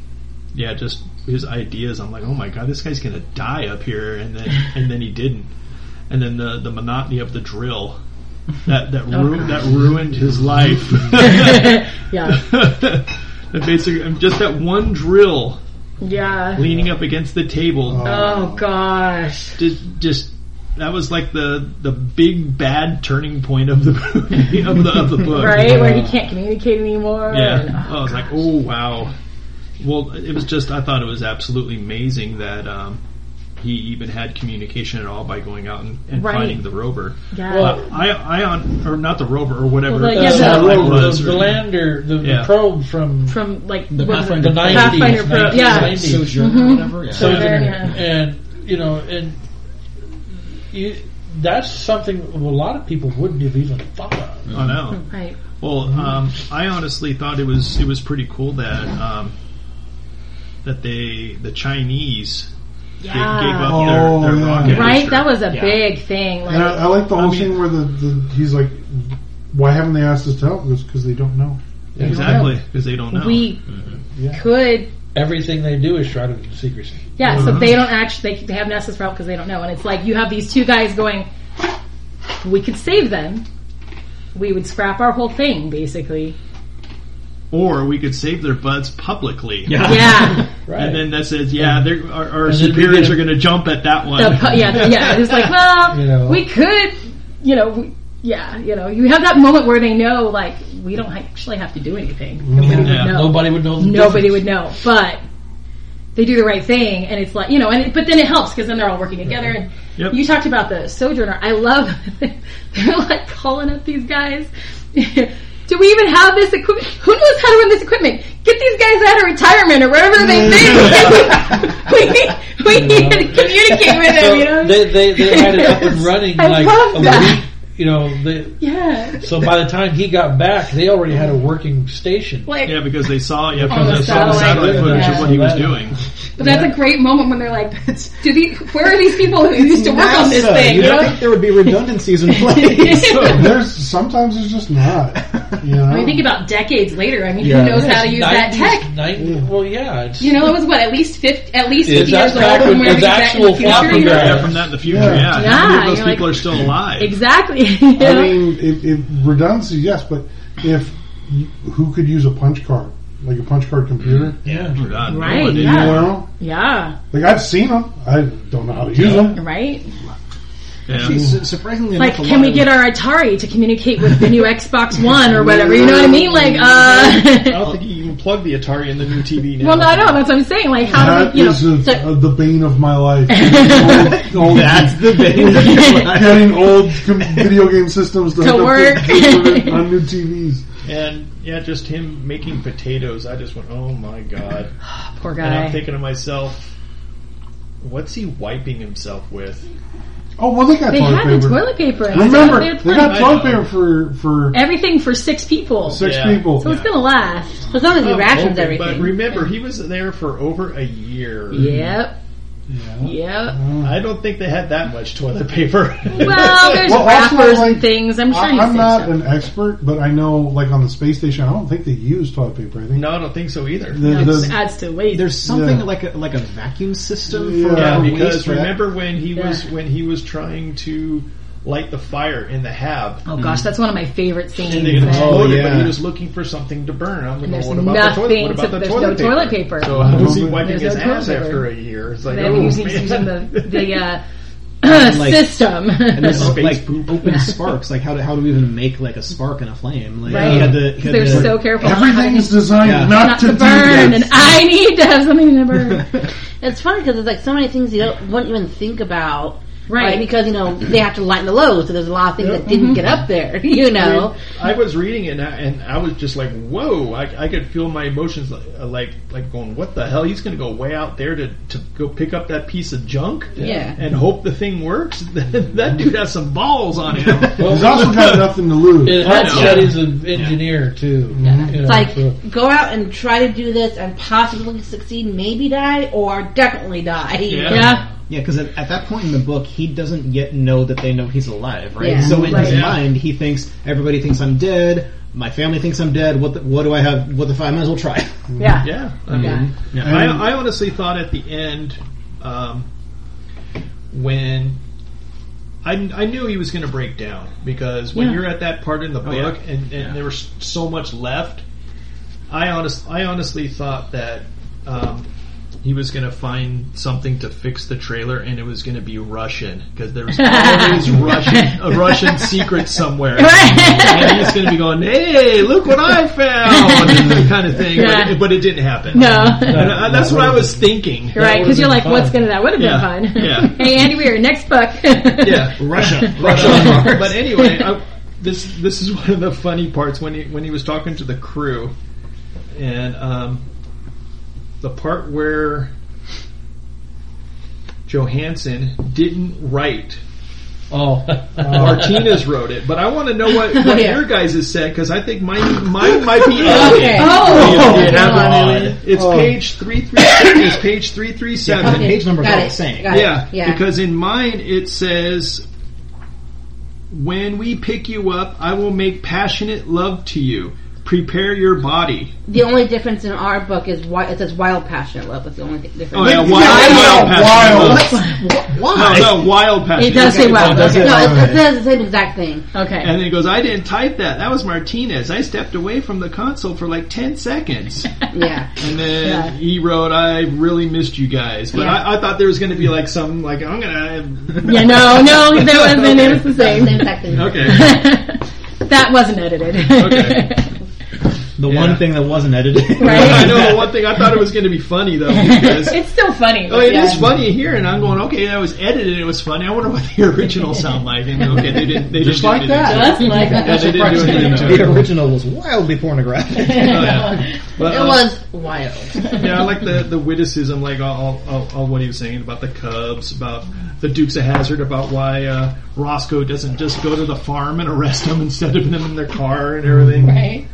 yeah, just his ideas. I'm like, oh my god, this guy's gonna die up here, and then and then he didn't. And then the the monotony of the drill that that Oh, ru- that ruined his life. Yeah. And basically, and just that one drill Yeah. leaning up against the table Oh gosh. just, just that was like the the big bad turning point of the movie, of the of the book. Right Oh, where he can't communicate anymore. and- Yeah. I was like, oh wow. Well, it was just I thought it was absolutely amazing that um, he even had communication at all by going out and, and Right. finding the rover. Yeah. Uh, I I on or not the rover or whatever. Well, the- yeah, Uh, satellite the- was, the, the or- lander, the, the Yeah. probe from from like The what was it? Pathfinder the Pro. nineties, Pathfinder Pro, yeah. Sojourner or whatever. Yeah. So Sojourner, and, and, you know, and you, that's something a lot of people wouldn't have even thought of. I know. right. Well, um, I honestly thought it was it was pretty cool that um, that they the Chinese ga- gave Yeah. up Oh, their, their yeah. rocket. Right. booster. That was a Yeah. big thing. And I, Like, I like the whole mean- scene where the, the he's like, "Why haven't they asked us to help?" Because they don't know. exactly because they don't know. we Yeah. could. Everything they do is shrouded in secrecy. Yeah. So they don't actually. They, they have NASA's route because they don't know. And it's like you have these two guys going. We could save them. We would scrap our whole thing, basically. or we could save their butts publicly. Yeah. Yeah. Right. And then that says, yeah, they're, our, our And then we superiors get a- are going to jump at that one. the pu- yeah, yeah. It was like, well, You know. we could, you know, we, yeah, you know, you have that moment where they know, like, we don't actually have to do anything. Mm-hmm. Nobody would Yeah. know. Nobody would know. The Nobody difference. would know, but they do the right thing, and it's like, you know, and it, but then it helps because then they're all working together. And Yep. you talked about the sojourner. I love they're like calling up these guys. Do we even have this equipment? Who knows how to run this equipment? Get these guys out of retirement or whatever they do. we we need to communicate with them. So You know, they, they, they had it up and running I like love a that. week you know, they, Yeah. so by the time he got back, they already had a working station. Like, Yeah, because they saw yeah, On the because they saw the satellite. satellite footage Yeah. of what he was doing. but that's a great moment when they're like, "Do these? Where are these people who used to work on this NASA, thing?" You You don't know? think there would be redundancies in place? There's sometimes it's just not. You know? I mean, think about decades later. I mean, Yeah. who knows how to use that 90s, tech? 90 well, yeah. It's, You know, it was what at least fifty, at least It's fifty years actual- old from where it's we get in the actual future. You flopper know? Yeah, from that in the future. Yeah. Yeah, Yeah, How many of those you're like- people are still alive. Exactly. I mean, it, it redundancy, yes, but if you- who could use a punch card, like a punch card computer? yeah. Oh, God, no Right, one did. yeah. You know, yeah. like I've seen them. I don't know how to use them. Right. Yeah. Actually, su- surprisingly Like, enough, a can lot we of- get our Atari to communicate with the new Xbox One or whatever? You know what I mean? Like, I uh. don't think you can plug the Atari in the new TV now. Well, no, no, that's what I'm saying. Like, how do That we, you know, is the, so- uh, the bane of my life. Old- old- That's the thing. getting old com- video game systems to, To hook up work. to- on new TVs. And yeah, just him making potatoes. I just went, oh my god. poor And I'm guy. thinking to myself, what's he wiping himself with? Oh well, they got They toilet had paper. the toilet paper. Remember, They had they plenty. got toilet paper for for everything for six people. So six Yeah. people. it's gonna last. As long as he Oh, rations okay, But everything. remember, he was there for over a year. Yep. Yep. I don't think they had that much toilet paper. Well, there's Well, also, wrappers like, and things. I'm sure I, you I'm think not so. an expert, but I know, like on the space station, I don't think they use toilet paper. I think no, I don't think so either. the, It the, adds to weight. There's something Yeah. like a like a vacuum system Yeah. for Yeah, for because waste, right? remember when he Yeah. was when he was trying to light the fire in the hab, oh gosh, that's one of my favorite scenes. and it man. exploded, yeah. but he was looking for something to burn. I'm And like, there's well, what about the toilet? nothing What to- about the there's toilet, no toilet paper. So how was he There's wiping no his ass toilet after paper. a year? It's like, Them oh, using, man. using the the uh, like- system. And there's Space like open sparks. Like how do, how do we even make like a spark and a flame? Like Right. he had to, he had They're to- so careful. everything's designed Yeah. not, not to, to do burn, this. and I need to have something to burn. It's funny because there's like so many things you don't, wouldn't even think about. Right. Like, because, you know, they have to lighten the load, so there's a lot of things that didn't get up there, you know. I was reading it and I, and I was just like, whoa! I, I could feel my emotions like, uh, like like going, what the hell? He's going to go way out there to to go pick up that piece of junk, Yeah. and hope the thing works. that dude has some balls on him. He's also got nothing to lose. And I that's know. that he's an engineer too. You know, It's like, so- go out and try to do this and possibly succeed, maybe die, or definitely die. Yeah. yeah, Yeah, because at, at that point in the book, he doesn't yet know that they know he's alive, right? Yeah. So in his Right. mind, he thinks everybody thinks I'm dead. My family thinks I'm dead. What the, what do I have? What the I might as well try. yeah, Yeah, I mean, Yeah. I, I honestly thought at the end, um, when I, I knew he was going to break down because when Yeah. you're at that part in the book yeah. and, and there was so much left, I honest I honestly thought that um, he was going to find something to fix the trailer and it was going to be Russian because there was always Russian a Russian secret somewhere and he's going to be going, "Hey, look what I found," kind of thing. But, Yeah. it, but it didn't happen. no. And I- that's what I was thinking. You're right, because you're like, what's gonna that would have Yeah. been fun. Yeah. hey, Andy Weir, next book. Yeah, Russia. Uh, but anyway, I, this this is one of the funny parts when he when he was talking to the crew, and um, the part where Johansson didn't write. oh, Martinez wrote it, but I want to know what, what Yeah. your guys is said because I think mine mine might be edited. Okay. Oh, Yeah, It's page three three seven. It's page three three seven. Okay, Page numbers got are it, the same. got it, Yeah, yeah. because in mine it says, "When we pick you up, I will make passionate love to you. Prepare your body." the only difference in our book is why it says wild passionate love. That's the only thi- difference. Oh yeah, wild, yeah, wild, yeah, passionate Why? love. No, no, wild it passionate. Oh, does say well. No, Okay. it, it says the same exact thing. okay. And then he goes, "I didn't type that. That was Martinez. I stepped away from the console for like ten seconds." Yeah. And then he wrote, "I really missed you guys." But I, I thought there was going to be like some like I'm gonna. Yeah, no, no, there wasn't. It was the Same same. exact thing. Okay. that wasn't edited. Okay. The Yeah. one thing that wasn't edited. I Right. know one thing. I thought it was going to be funny though. Because, It's still funny. oh, but it yeah. is funny here, and I'm going, okay, that was edited. It was funny. I wonder what the original sound like. And okay, they didn't. They Just didn't like do that. anything to it. Just like Yeah, they didn't do anything to it. the original was wildly pornographic. Oh, yeah. But, It um, was wild. yeah, I like the, the witticism, like all, all, all what he was saying about the Cubs, about the Dukes of Hazard, about why uh, Roscoe doesn't just go to the farm and arrest them instead of them in their car and everything. Right.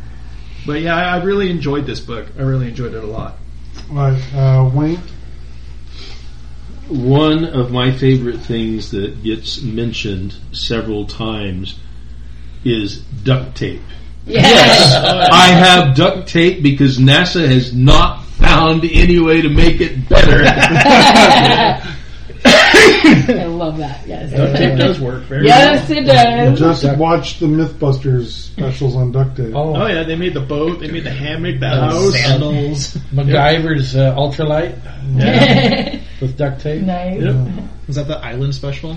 But yeah, I, I really enjoyed this book. I really enjoyed it a lot. Like, uh, Wayne? One of my favorite things that gets mentioned several times is duct tape. Yes. I have duct tape because NASA has not found any way to make it better. I love that. Yes. It does work very Yes, it does. Just watch the Mythbusters specials on duct tape. well. Oh yeah, they made the boat, they made the hammock, the house. Sandals. MacGyver's uh, ultralight with duct tape. nice. Was that the island special?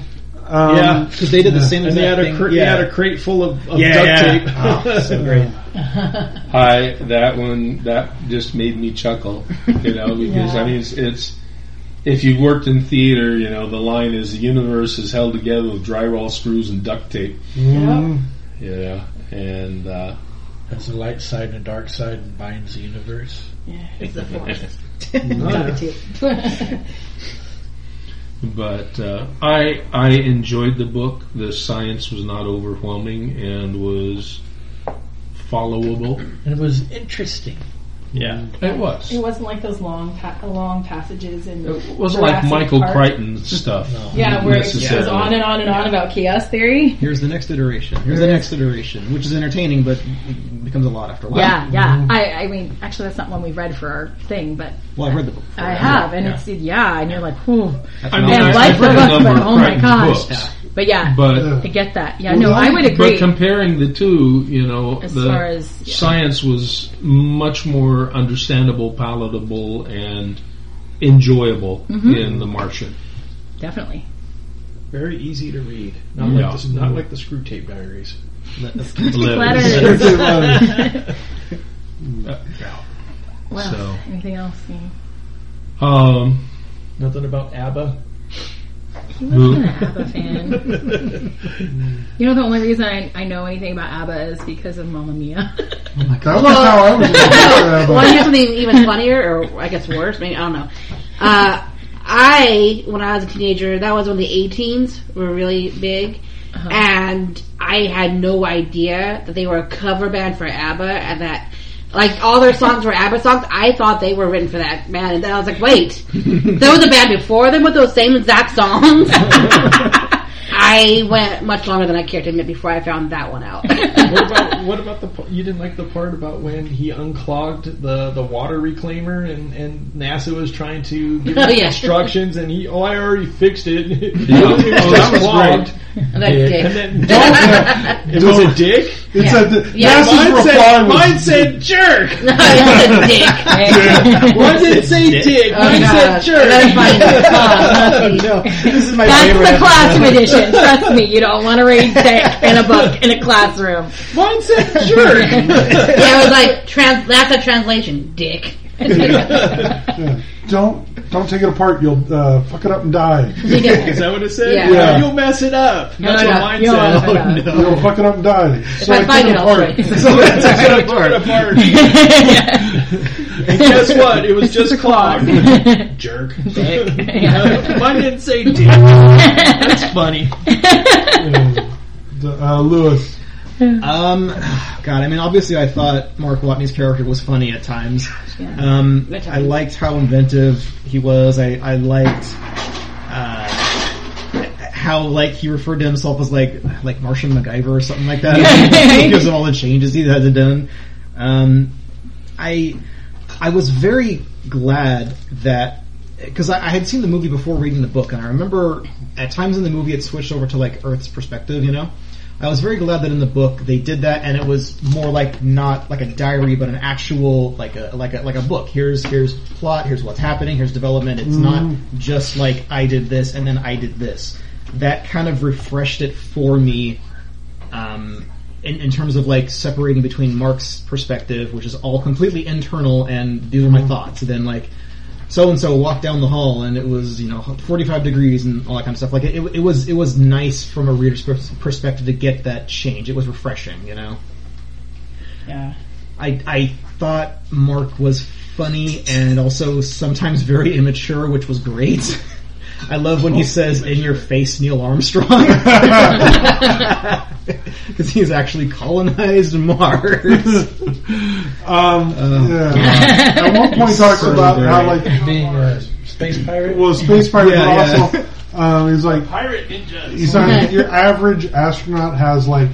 Um, Yeah. Because they did the same And they exact had, a thing. cra- they had a crate full of, of Yeah, duct yeah. tape. So great. I that one that just made me chuckle, you know, because I mean it's, it's if you worked in theater, you know, the line is the universe is held together with drywall screws and duct tape. Mm, Yeah, and uh, Has a light side and a dark side and binds the universe. Oh, Yeah, it's the force. but uh, I I enjoyed the book. The science was not overwhelming and was followable. And it was interesting. Yeah. It was. It wasn't like those long, pa- long passages and It wasn't like Jurassic Michael Park. Crichton stuff. Oh, Yeah, where it goes necessarily. on and on and on about chaos theory. Here's the next iteration. Here's the next iteration, which is entertaining, but it becomes a lot after a while. Yeah, Mm-hmm. yeah. I, I mean, actually, that's not one we read for our thing, but Well, I've read the book. I have, and it's yeah, and you're like, whew. That's I not- mean, Yeah, I've like the read a book, number but of oh my Crichton gosh. books, But yeah, but I get that. Yeah, no, I would But agree. comparing the two, you know, As the far as- yeah. science was much more understandable, palatable, and enjoyable Mm-hmm. in The Martian. Definitely. Very easy to read. Not Yeah. like the, not like the screw tape diaries. Letters. Letters. Well, So. anything else? You Um, Nothing about ABBA. He wasn't an ABBA fan. You know, the only reason I, I know anything about ABBA is because of Mamma Mia. Oh that was how I was. Well, want to hear something even funnier, or I guess worse? Maybe I don't know. Uh, I, when I was a teenager, that was when the A-teens were really big, and I had no idea that they were a cover band for ABBA, and that like all their songs were ABBA songs. I thought they were written for that band, and then I was like, wait, there was a band before them with those same exact songs. I went much longer than I cared to admit before I found that one out. what about what about the p- you didn't like the part about when he unclogged the, the water reclaimer and, and NASA was trying to give Oh, him yeah. instructions and he oh I already fixed it. It was Oh, that was clogged. Like, dick. And then it was a dick. It said that Yeah. NASA's Mine reply said, was mine said jerk. It's a dick. Why did it say dick? Oh, Mine said God. jerk. That's fine. Oh, No, this is my That's favorite. the classroom edition. Trust me, you don't want to read that in a book in a classroom. Mine said jerk. yeah, it was like trans. That's a translation, dick. Yeah. Don't don't take it apart. You'll uh, fuck it up and die. Is that what it said? Yeah. Yeah. You'll mess it up. No, That's no, what no. mine You don't want said. "Oh, to mess it up. You'll fuck it up and die. So I I took find it it, I'll apart. try. That's what I tore it apart. And guess what? It was just clogged. Jerk. Mine didn't say dick. That's funny. The, uh, Lewis. Um, God, I mean, obviously, I thought Mark Watney's character was funny at times. Um, I liked how inventive he was. I, I liked uh, how like he referred to himself as like like Martian MacGyver or something like that. he gives him all the changes he had done. Um, I I was very glad that because I, I had seen the movie before reading the book, and I remember at times in the movie it switched over to like Earth's perspective. You know, I was very glad that in the book they did that, and it was more like not like a diary, but an actual like a like a like a book. Here's here's plot. Here's what's happening. Here's development. It's not just like I did this and then I did this. That kind of refreshed it for me um, in, in terms of like separating between Mark's perspective, which is all completely internal, and these are my thoughts. Then like so and so walked down the hall, and it was you know 45 degrees and all that kind of stuff. Like it, it was it was nice from a reader's pers- perspective to get that change. It was refreshing, you know. Yeah. I, I thought Mark was funny and also sometimes very immature, which was great. I love when he says "in your face, Neil Armstrong," because he's actually colonized Mars. Um, Oh, yeah. At one point, he talks So about how dirty. like Being a space pirate. well, space pirate, Yeah, but yeah. also um, he's like Pirate ninjas. he's not your average astronaut has like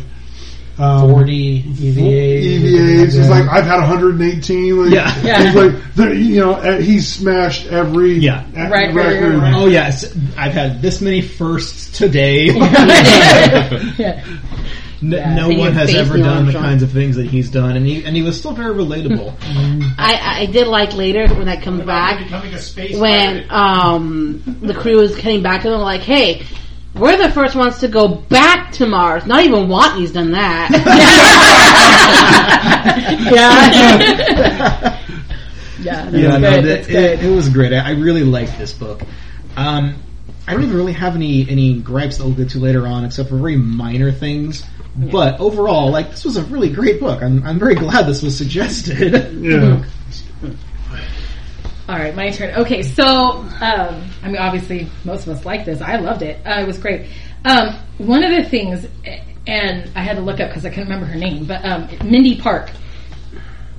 um, 40 EVAs. E E EVAs. He's like, I've had 118. Like, Yeah. Yeah. He's like, there- you know, uh, he smashed every Yeah. uh, Right, right, record. right, Oh yes, I've had this many firsts today. yeah. N- Yeah. No In your one has face, ever Neil done the Armstrong. kinds of things that he's done, and he and he was still very relatable. I, I did like later when that comes back Becoming a space when pirate. um the crew is coming back to them like, hey, we're the first ones to go back to Mars. Not even Watney's done that. yeah. Yeah. That's yeah, no, good. that- That's it, good. it was great. I, I really liked this book. Um, I don't even really have any any gripes that we'll get to later on, except for very minor things. But overall, like this was a really great book. I'm I'm very glad this was suggested. Yeah. All right, my turn. Okay, so um, I mean, obviously, most of us like this. I loved it. Uh, it was great. Um, one of the things, and I had to look up because I couldn't remember her name, but um, Mindy Park,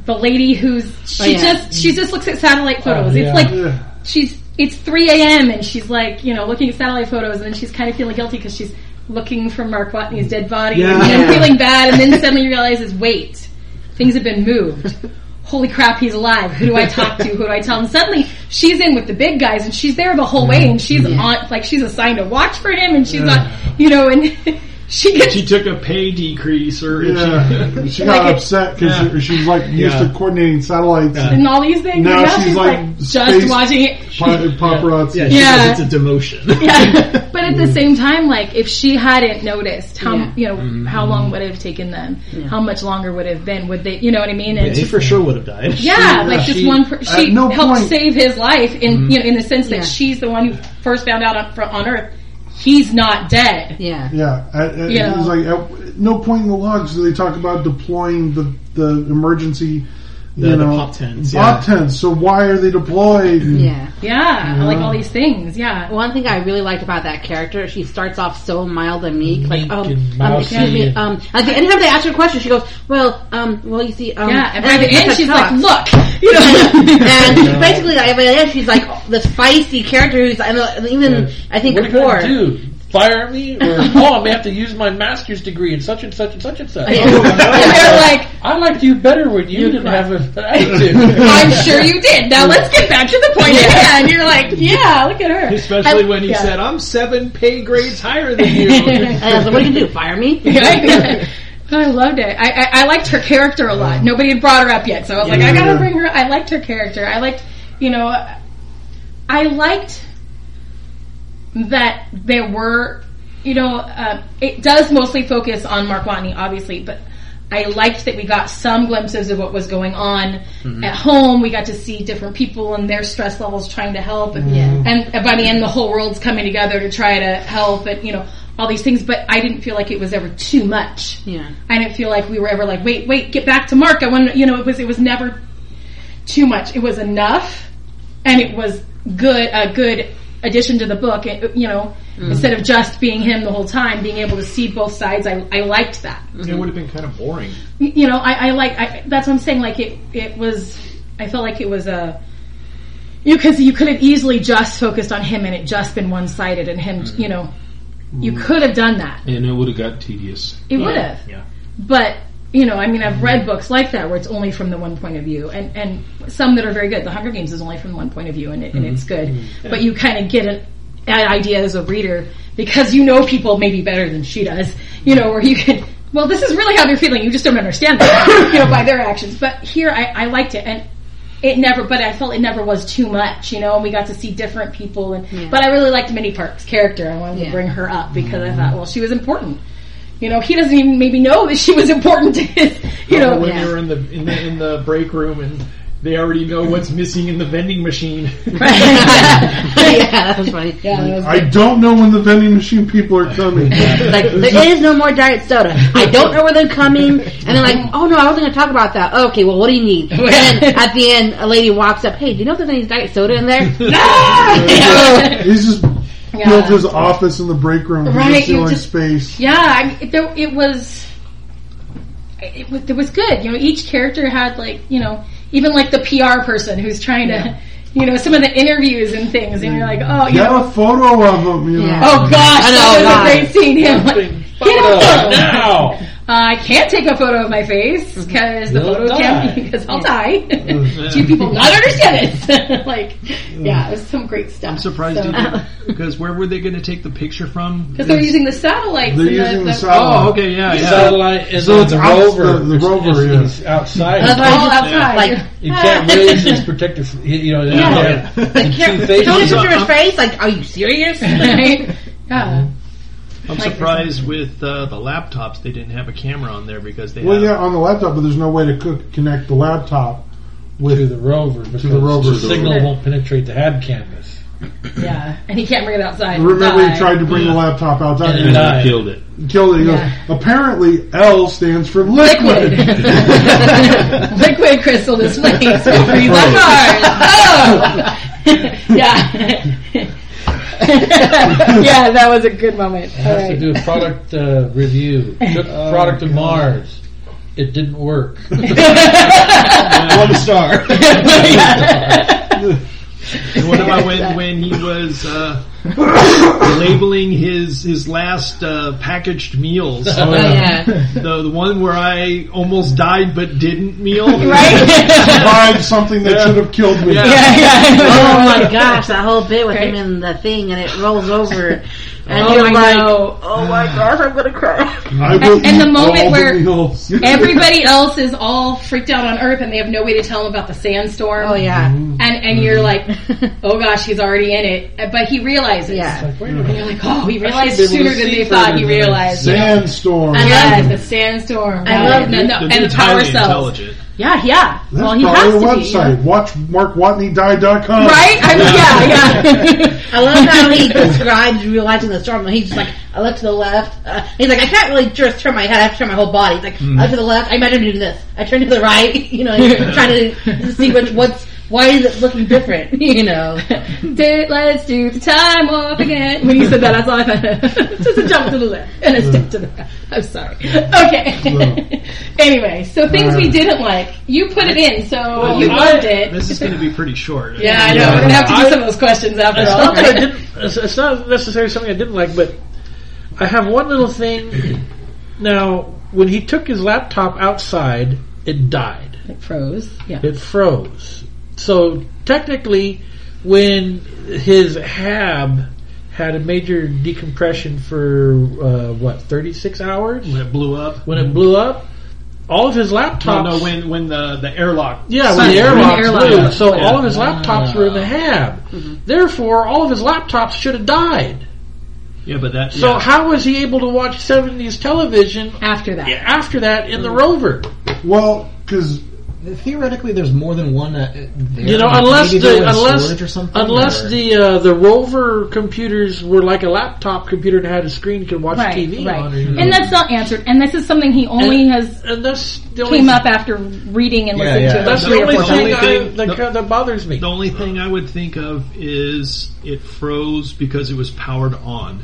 the lady who's she Oh, yeah. just she just looks at satellite photos. yeah. It's like Yeah. she's it's 3 a.m. and she's like you know looking at satellite photos, and then she's kind of feeling guilty because she's looking for Mark Watney's dead body and then Yeah. feeling bad, and then suddenly realizes, wait, things have been moved. Holy crap, he's alive. Who do I talk to? Who do I tell him? Suddenly, she's in with the big guys, and she's there the whole way, and she's on, like, she's assigned to watch for him, and she's on, you know, and she gets, she took a pay decrease, or if Yeah. she, She got Like it- upset because Yeah. she, was like used Yeah. to coordinating satellites. and all these things, Now and now she's she's, like like, just space- watching it. and pa- paparazzi. Yeah, she Yeah. says it's a demotion. Yeah. But at the same time, like, if she hadn't noticed how, Yeah. you know, how long would it have taken them? How much longer would it have been? Would they, you know what I mean? And he for sure would have died. Yeah, like this She- one. Per- at she no helped point- Mm-hmm. save his life in you know in the sense that Yeah. she's the one who first found out on, fr- on Earth he's not dead. Mm-hmm. Yeah. Yeah, at, at, Yeah. it was like at no point in the logs do they talk about deploying the the emergency, The- you the know, pop tents, pop tents. So why are they deployed? And- Yeah. Yeah, like all these things. Yeah, One thing I really liked about that character, she starts off so mild and meek, like, Meek um, and um, mousy excuse me, and- um, at the anytime they ask her a question, she goes, well, um, well, you see, um, yeah. And by the everything end, that she's talks." like, "Look, you know." and basically, like, by the end, she's like the feisty character who's, I know, even, I think, what are you before. going to do? Fire at me? Or, oh, I'm going to have to use my master's degree in such and such and such and such. and they're like, I liked you better when you didn't have a that I did. "I'm sure you did." Now let's get back to the point at hand. You're like, "Yeah, look at her." especially I- when he yeah. said, "I'm seven pay grades higher than you." And I was like, uh, what are you going to do? Fire me? I loved it. I, I, I liked her character a lot. Nobody had brought her up yet, so I was like, I gotta bring her. I liked her character. I liked, you know, I liked that there were, you know, uh, it does mostly focus on Mark Watney, obviously, but I liked that we got some glimpses of what was going on at home. We got to see different people and their stress levels trying to help, and, and by the end, the whole world's coming together to try to help, and you know, all these things. But I didn't feel like it was ever too much. Yeah. I didn't feel like we were ever like, wait, wait, get back to Mark. I want, you know, it was it was never too much. It was enough, and it was good a good addition to the book. It, you know, instead of just being him the whole time, being able to see both sides, I I liked that. it would have been kind of boring. Y- You know, I I like I, that's what I'm saying. Like it it was. I felt like it was a. You because you could have easily just focused on him and it just been one sided and him. You know, you could have done that. And it would have got tedious. It would have. Yeah. But you know, I mean, I've read books like that where it's only from the one point of view, and and some that are very good. The Hunger Games is only from one point of view, and, it, and it's good. But you kind of get an, an idea as a reader because you know people maybe better than she does. You know, where you can. Well, this is really how they're feeling. You just don't understand that, you know, by their actions. But here, I, I liked it, and it never. But I felt it never was too much, you know. And we got to see different people, and but I really liked Minnie Park's character. I wanted Yeah. to bring her up because I thought, well, she was important You know, he doesn't even maybe know that she was important to his. You know, when they were in the, in the in the break room and they already know what's missing in the vending machine. yeah, that was funny. Yeah, that was I don't know when the vending machine people are coming. Like there is no more diet soda. I don't know where they're coming, and they're like, "Oh no, I wasn't going to talk about that." Oh, okay, well, what do you need? And then at the end, a lady walks up, "Hey, do you know if there's any diet soda in there?" no. He's just Yeah. built his office in the break room. He's Right, just you stealing just- space. Yeah, I mean, it, there, it was. It, was- it was good. You know, each character had like you know, even like the PR person who's trying to, you know, some of the interviews and things, and you're like, oh, you Get know, a photo of him. You Yeah. know. oh gosh, that I know, was a great scene. Him like, get a photo. Now! Uh, I can't take a photo of my face because the You'll photo die. can't because I'll die. Do people not understand it? like, yeah, it was some great stuff. I'm surprised So- you didn't, because where were they going to take the picture from? because they're using the satellites. They're and using the satellite. Oh, okay, yeah, yeah. Satellite is on the out- rover. the- the It's- rover, it's- yeah. it's outside. That's It's why I all just- outside. like- You can't raise his protective, you know, Yeah. yeah. Like, can't, faces. don't look at his face. Like, are you serious? Oh, right? Yeah. I'm surprised with uh, the laptops they didn't have a camera on there because they Well, have yeah, on the laptop, but there's no way to cook, connect the laptop to with the rover because the rover. the signal won't penetrate the HAD canvas. Yeah, and he can't bring it outside. Remember, Bye. he tried to bring the laptop outside And and then I- killed it. killed it. He goes, Yeah. apparently, L stands for liquid. liquid crystal displays will free the cars. Oh, yeah, yeah, that was a good moment. All Has to right. do a product uh, review. Took product to Mars. It didn't work. One star. And what about when, when he was uh, labeling his his last uh, packaged meals? Oh, yeah. The, the one where I almost died but didn't meal. Survived something that should have killed me. Yeah. Oh my gosh, that whole bit with Right. him in the thing and it rolls over. And Oh, you're I like, know. oh my gosh, I'm gonna cry. I will And- and the eat moment all where- the meals. Everybody else is all freaked out on Earth, and they have no way to tell him about the sandstorm. Oh yeah. and and you're like, oh gosh, he's already in it, but he realizes. Yeah. Like, wait a minute. You're like, oh, he realized be able to sooner than see they thought. He further than- realized. Sandstorm. And Yeah. the sandstorm. I Yeah. love no, no, The and dude's the power highly cells. intelligent. Yeah, yeah. That's well, he has probably to a be. yeah. website. Watch markwatneydie.com. Right? I mean, yeah, yeah. I love how he describes realizing the storm. He's just like, I look to the left. Uh, he's like, I can't really just turn my head. I have to turn my whole body. He's like, Mm. I look to the left. I imagine doing this. I turn to the right. You know, he's trying to see which, what's, why is it looking different? You know. Did, let's do the time warp again. When you said that, that's all I thought. Just a jump to the left and a step to the right. I'm sorry. Okay. anyway, so things we didn't like. You put it in, so you loved it. This is going to be pretty short. Yeah, I know. We're going to have to do some of those questions after It's all. not, that I didn't, it's, it's not necessarily something I didn't like, but I have one little thing. Now, when he took his laptop outside, it died. It froze. Yeah. It froze. So technically, when his hab had a major decompression for uh, what thirty six hours Mm-hmm. When it blew up. when it blew up, all of his laptops. No, no, when when the, the airlock. yeah, when the When the airlock airlock blew, blew. so all of his laptops were in the hab. Therefore, all of his laptops should have died. Yeah, but that. So yeah. how was he able to watch 70s television After that. after that in the rover? Well, because Theoretically, there's more than one. Uh, uh, there. You know, unless Maybe they're the in storage or unless something, unless or- the uh, the rover computers were like a laptop computer and had a screen you could watch Right, TV right. on. Or, you know. And that's not answered. And this is something he only And- has and that's the only came up after reading and listening yeah. to it. that's three or the only four thing, only I- thing- that, the- that bothers me. The only thing I would think of is it froze because it was powered on.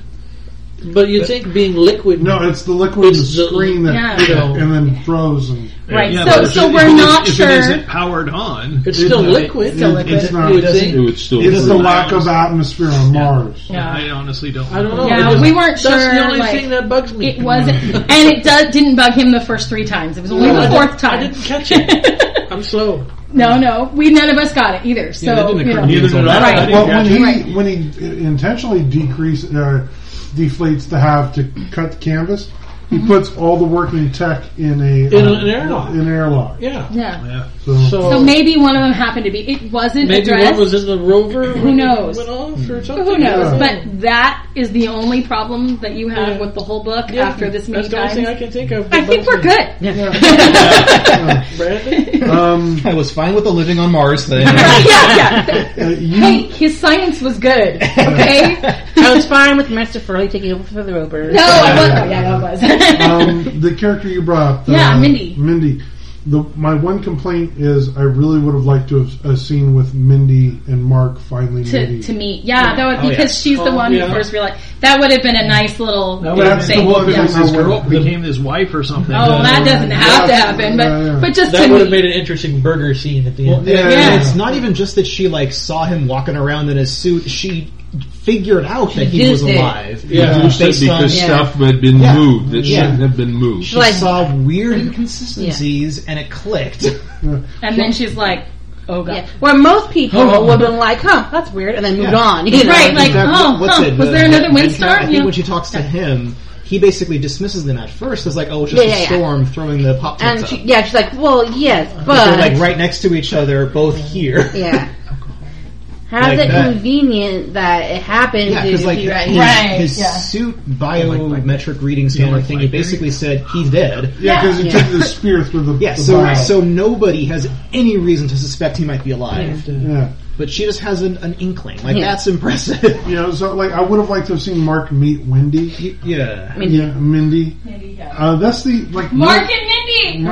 But you think being liquid? no, it's the liquid in the It's the- screen that yeah. hit it and then froze. And Right. Yeah, so but if so it- we're if it- not if sure. it isn't powered on. it's still it- liquid. Still it- liquid. it's not. You would think. It would still. It's the freeze. lack of atmosphere on Mars. yeah. I honestly don't. I don't know. Yeah, It just- we weren't That's sure, the only like- thing that bugs me. It wasn't, and it does, didn't bug him the first three times. It was only No, I the fourth didn't- I time. didn't catch it. I'm slow. no, no, we none of us got it either. So that didn't you occur know. to me. Neither did I. Right. I didn't Well, catch when it. he Right. when he intentionally decrease uh, deflates the have to cut the canvas, he Mm-hmm. puts all the working tech in a In uh, an airlock. In an airlock. Yeah. Yeah. Yeah. So, So, So maybe one of them happened to be. It wasn't maybe addressed. what was in the rover? Who knows? Went off or something. Who knows? Yeah. But that is the only problem that you have Yeah. with the whole book Yeah, after this many That's the only times? thing I can think of. I think we're good. Brandon? Um, I was fine with the living on Mars thing. Right, yeah, yeah. uh, Hey, you, his science was good. Okay? I was fine with Master Furley taking over for the Roper. No, I was. Oh, yeah, I was. um, the character you brought up, Yeah, uh, Mindy. Mindy. The, my one complaint is I really would have liked to have uh, seen with Mindy and Mark finally to, meeting. to meet. Yeah, that would Oh, because she's the Oh, one yeah. who first realized. That would have been a nice little That would have That's been- thing. the one yeah. that His I girl would- became his wife or something. Oh, well, that doesn't have to yeah, happen, but yeah, yeah. but just That to would have meet. made an interesting burger scene at the Well, end. and- Yeah. and it's not even just that she like saw him walking around in his suit. She figured out that he was deduced it. alive. Yeah. Based Said on- because yeah. stuff had been Yeah. moved that Yeah. shouldn't have been moved. she saw weird inconsistencies and it clicked. and then she's like, oh god, Yeah. Where most people would have been like, huh, that's weird, and then moved Oh. Yeah. on. You know? right? Like, That- oh, what's huh, it, was the- there another the- windstorm? I think when she talks to him, he basically dismisses them at first as like, oh, it's just a Yeah, yeah, yeah. storm throwing the pop tarts And up. she, yeah, she's like, well, yes, They're but. like right next to each other, both here. yeah. Like How's it that. convenient that it happened Yeah, to because like be right his, here? his yeah. suit biometric reading scanner thing, he basically said he's dead. yeah, because he Yeah. took the spear through the. Yeah, the so bile. so nobody has any reason to suspect he might be alive, yeah, but she just has an, an inkling. Like Yeah. that's impressive. you know, so like I would have liked to have seen Mark meet Wendy. yeah. Mindy. Yeah, Mindy. Uh, that's the like Mark and Mindy.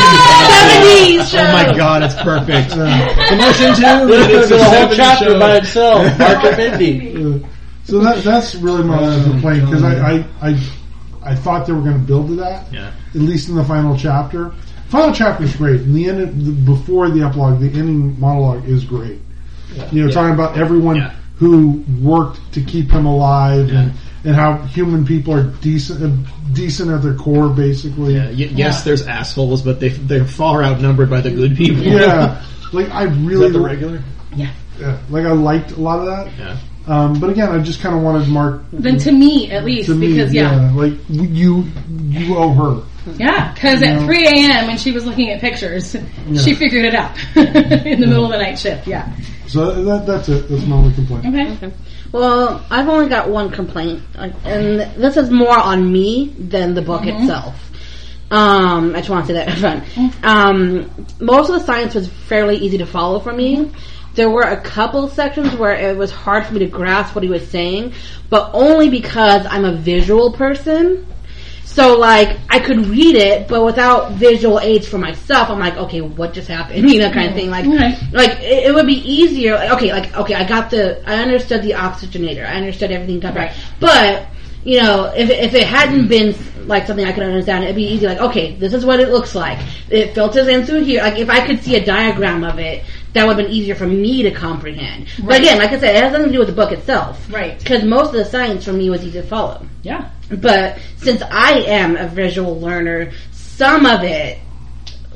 Ah, 70s show. Oh my god, it's perfect. Uh, Emotion two. There's a whole chapter by itself. Mark and Mindy. uh, so that that's really my only complaint because I, I I I thought they were going to build to that. Yeah. At least in the final chapter. Final chapter's great. In the end, of the, before the epilogue, the ending monologue is great. You know, talking about everyone Yeah. who worked to keep him alive and. And how human people are decent, uh, decent at their core, basically. Yeah, y- yes, there's assholes, but they they're far outnumbered by the good people. Yeah. like I Is really that the regular? yeah, like I liked a lot of that. Yeah. Um, but again, I just kind of wanted Mark Then to me, at least, to me. because yeah, like you, you owe her. yeah, because No. at 3 a.m. when she was looking at pictures, she figured it out in the middle of the night shift. Yeah. So that, that's it. That's my only complaint. Okay. Well, I've only got one complaint, like, and this is more on me than the book itself. Um, I just want to say that upfront. Um, most of the science was fairly easy to follow for me. There were a couple sections where it was hard for me to grasp what he was saying, but only because I'm a visual person. So like I could read it, but without visual aids for myself, I'm like, okay, what just happened? You know, kind of thing. Like, Okay. like it, it would be easier. Like, okay, like okay, I got the, I understood the oxygenator, I understood everything. Right. But you know, if if it hadn't been like something I could understand, it'd be easy. Like, okay, this is what it looks like. It filters in through here. Like, if I could see a diagram of it, that would have been easier for me to comprehend. But again, like I said, it has nothing to do with the book itself. Right. Because most of the science for me was easy to follow. Yeah. But since I am a visual learner, some of it,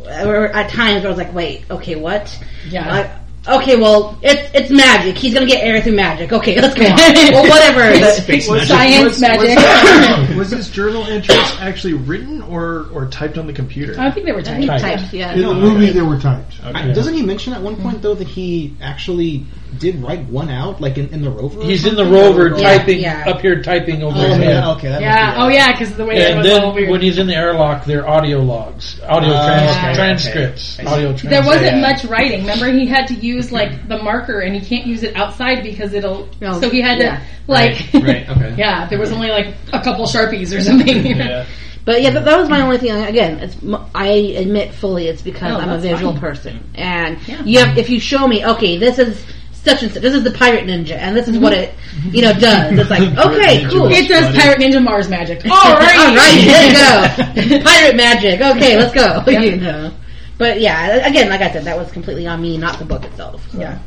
or at times, I was like, "Wait, okay, what? Yeah. Like, okay, well, it's it's magic. He's gonna get air through magic. Okay, let's go. well, whatever. The- Science magic. Was his journal entries actually written or, or typed on the computer? I think they were he tight. types, yeah. In the movie, they were typed. I- Doesn't he mention at one point though that he actually did write one out, like in, in the rover? or He's in the something? rover Yeah, typing, yeah. up here typing over Oh, his head. yeah, okay. That Yeah. Oh yeah, because the way it And was Oh, all then weird. when he's in the airlock, they're audio logs, audio Ah, Oh, trans- okay, transcripts, okay. audio transcripts. There wasn't much writing. Remember, he had to use like the marker, and he can't use it outside because it'll. Oh, so he had yeah. to like. Right, right, okay. yeah, there was only like a couple sharpies or something. you know? But yeah, that, that was my only thing. Again, it's, m- I admit fully it's because No, I'm a that's visual fine. person, and Yeah. you have, if you show me, okay, this is such and such, this is the pirate ninja, and this is what it, Mm-hmm. you know, does. It's like, okay, cool. It does Pirate Ninja Mars magic. All All right, right, there you go. Pirate magic. Okay, let's go. You know. But yeah, again, like I said, that was completely on me, not the book itself. So. Yeah.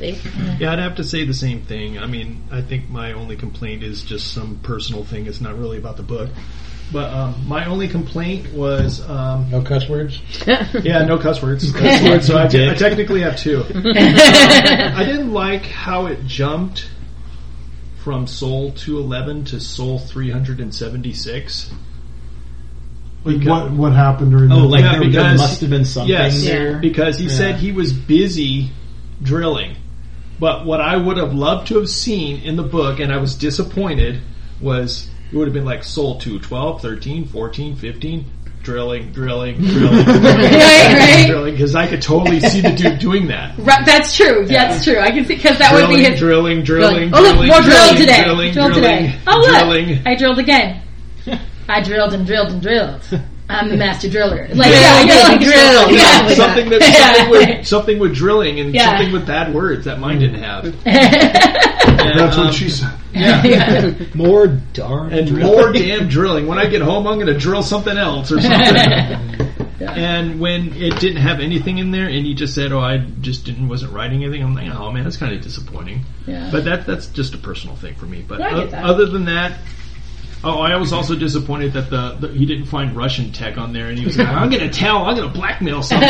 See? Yeah, I'd have to say the same thing. I mean, I think my only complaint is just some personal thing. It's not really about the book. But um, my only complaint was um, No cuss words. Yeah, no cuss words. Cuss words, so I, I technically have two. I didn't like how it jumped from Soul 211 to Soul 376. Like what what happened during? Oh, the, like Yeah, there, there because- must have been something Yes, Yeah. there. because he said he was busy drilling. But what I would have loved to have seen in the book, and I was disappointed, was it would have been like Soul 2, 12, 13, 14, 15, drilling, drilling, drilling, Right, right. drilling, because I could totally see the dude doing that. Right, that's true. Yeah, that's true. I can see because that would Drilling, be his drilling, drilling, Oh look, drilling, more drilled drilling, today. drilling, drilled today. drilling, Oh look, drilling. I drilled again. I drilled and drilled and drilled. I'm the master driller. Like yeah, yeah, like drill. Yeah. something that something with something with drilling and Yeah. something with bad words that mine didn't have. And, That's um, what she said. Yeah. More darn and drilling. more damn drilling. When I get home, I'm going to drill something else or something. And when it didn't have anything in there, and he just said, "Oh, I just didn't wasn't writing anything," I'm like, "Oh man, that's kind of disappointing." Yeah. But that that's just a personal thing for me. But No, I get o- that. other than that, oh, I was also disappointed that the, the he didn't find Russian tech on there, and he was like, "I'm going to tell, I'm going to blackmail someone."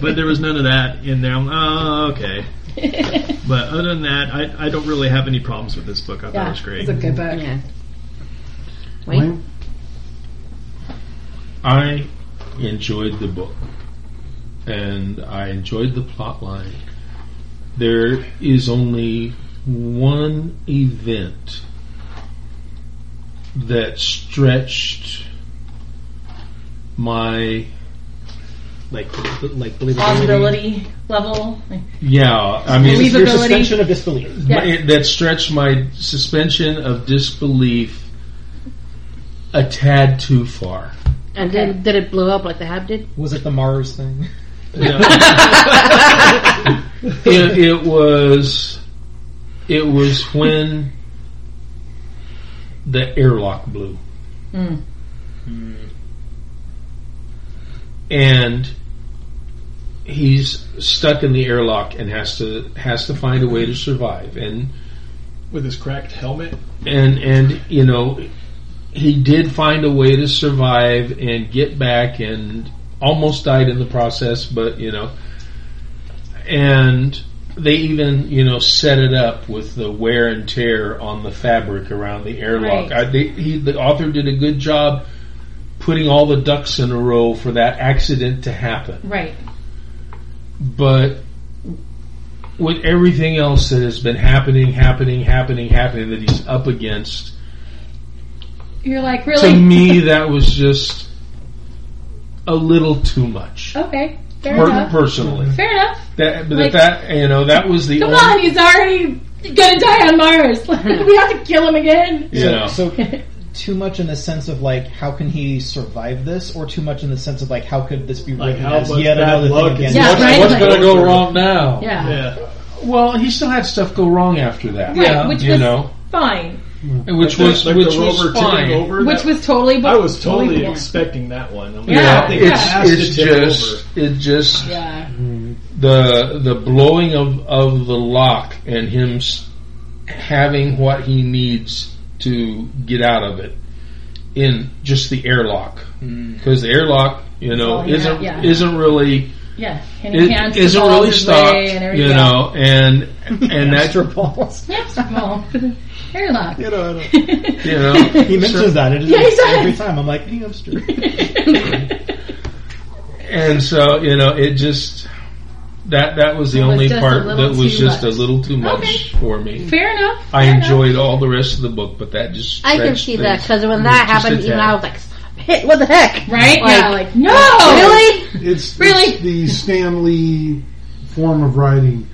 but there was none of that in there. I'm oh, okay. But other than that, I, I don't really have any problems with this book. I thought it yeah, was great. it's a good book. Yeah. Wait. Wayne? I enjoyed the book, and I enjoyed the plot line. There is only one event that stretched my Like, like believability. Plausibility level. Like, yeah. I mean, Your Believability. suspension of disbelief. Yeah. my, it- that stretched my suspension of disbelief a tad too far. And did, did it blow up like the hab did? Was it the Mars thing? it, it was it was when the airlock blew Mm. and he's stuck in the airlock and has to has to find a way to survive and With his cracked helmet. and and you know he did find a way to survive and get back and almost died in the process but you know and they even you know set it up with the wear and tear on the fabric around the airlock Right. I, they, he, the author did a good job putting all the ducks in a row for that accident to happen Right. but with everything else that has been happening happening happening happening that he's up against You're like really to me, that was just a little too much. okay. Fair Per- enough. personally, Fair enough. that, but Like- that you know that was the Come only, on, he's already gonna die on Mars. Like, we have to kill him again. you know So, too much in the sense of like, how can he survive this, or too much in the sense of like, how could this be Like, written how as was yet that another luck? thing again? Yeah, what's right, what's like- going to go wrong now? Yeah. Yeah. well he still had stuff go wrong after that. Right, Yeah. which you was- know, Fine. which was like which the was rover fine. tipping over. Which that- was totally. I was totally believable. expecting that one. I'm like, You Yeah, know, I think it yeah. has it's, it's to tip just it just Yeah. the the blowing of of the lock and him s- having what he needs to get out of it in just the airlock because the airlock you know all he isn't had, Hmm. Oh, yeah. isn't really Yeah. And he it hands the isn't balls really his stopped, way and you everything. know, and and that Extra balls. Hamster ball. Airlock. You know, I don't- you know, he mentions that. It is Yeah, he does. every time. I'm like, hamster. and so you know, it just that that was the It was only just part a little that was too just much. a little too much Okay. for me. Fair enough. I fair enjoyed all the rest of the book, but that just I can stretched see that things because when that just a happened, even tad. I was like, stop it! What the heck? Enough. Right? Like, yeah. Like no. Oh. Really? It's, Really? it's the Stan Lee form of writing.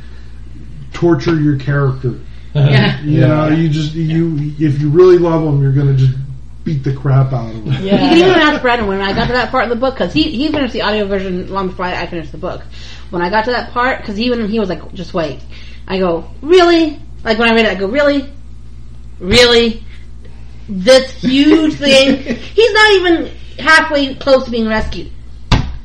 Torture your character. Yeah. You know, you just you if you really love them, you're gonna just beat the crap out of them. You can even ask Brandon when I got to that part of the book because he, he finished the audio version long before I, I finished the book. When I got to that part, because even he was like, just wait. I go, really? Like when I read it, I go, really? Really? This huge thing? He's not even halfway close to being rescued.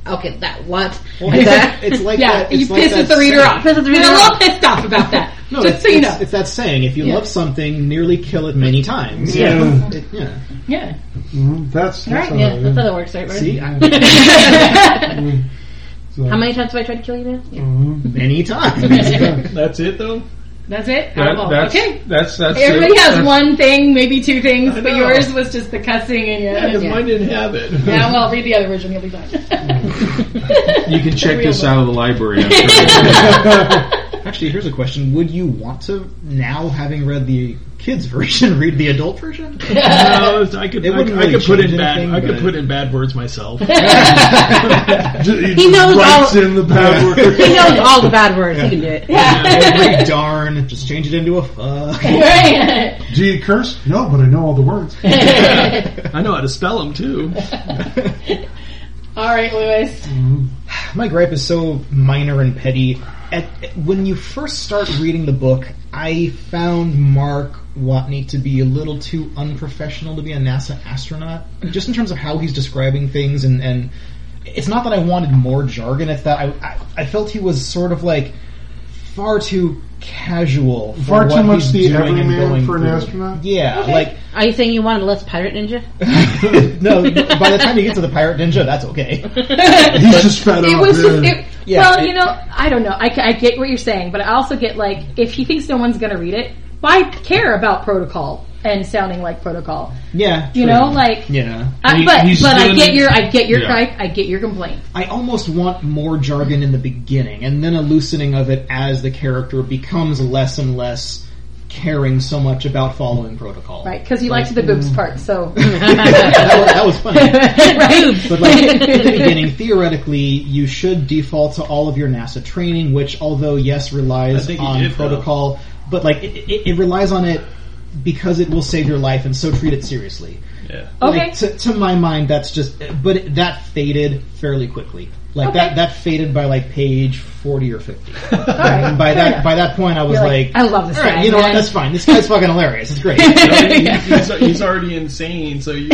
Okay, that what? Well, it's like, it's like Yeah. that. It's You like pisses that the reader saying- off. Pisses the reader We're a little off. pissed off about that. No, Just it's, so you it's- know. it's that saying: if you Yeah. love something, nearly kill it many times. Yeah. It- yeah. Yeah. Mhm. That's, that's Right? how Yeah, it that's is. how that works, right? Brandon? See, I, So, How many times have I tried to kill you now? Yeah. mhm. many times. That's it though. That's it. That- Oh, that's, okay. that's that's Everybody it. has That's- one thing, maybe two things, I but know. yours was just the cussing and Yeah, yeah. because mine didn't have it. Yeah, well, read the other version, you'll be fine. You can check real this one. out of the library. after. Actually, here's a question: Would you want to now, having read the kids' version, read the adult version? no, I could, It I, wouldn't I really could put change in bad, anything, I could but- put in bad words myself. He knows writes all- in the bad word. He knows all the bad words. He can do it. Every darn, just change it into a fuck. Right. Do you curse? No, but I know all the words. I know how to spell them too. All right, Lewis. My gripe is so minor and petty. At, when you first start reading the book, I found Mark Watney to be a little too unprofessional to be a NASA astronaut, just in terms of how he's describing things. And, and it's not that I wanted more jargon; it's that I, I, I felt he was sort of like far too casual, for Far too what much he's the doing and everyman going for an through. astronaut? Yeah, like Are you saying you wanted less pirate ninja? no. by the time you get to the pirate ninja, that's okay. He's just fed It up. was just, man. it, Yeah, well, it- you know, I don't know. I, ca- I get what you're saying, but I also get like, if he thinks no one's going to read it, why care about protocol and sounding like protocol? Yeah, You true. know, like, yeah. I, He- but he's but I doing- get your I get your Yeah. gripe, I get your complaint. I almost want more jargon in the beginning, and then a loosening of it as the character becomes less and less caring so much about following protocol. Right, because you liked the boobs part, so that, was, that was funny. right. But like at the beginning, theoretically, you should default to all of your NASA training, which, although yes, relies think you on did, though. protocol, but like it, it, it relies on it because it will save your life, and so treat it seriously. Yeah. Okay. Like, to, to my mind, that's just, but it, that faded fairly quickly. Like Okay. that, that faded by like page forty or fifty. right, and by fair that, enough. by that point, I was You're like, like, I love this all right, guy, You know what? man." That's fine. This guy's fucking hilarious. It's great. he's, he's already insane, so you,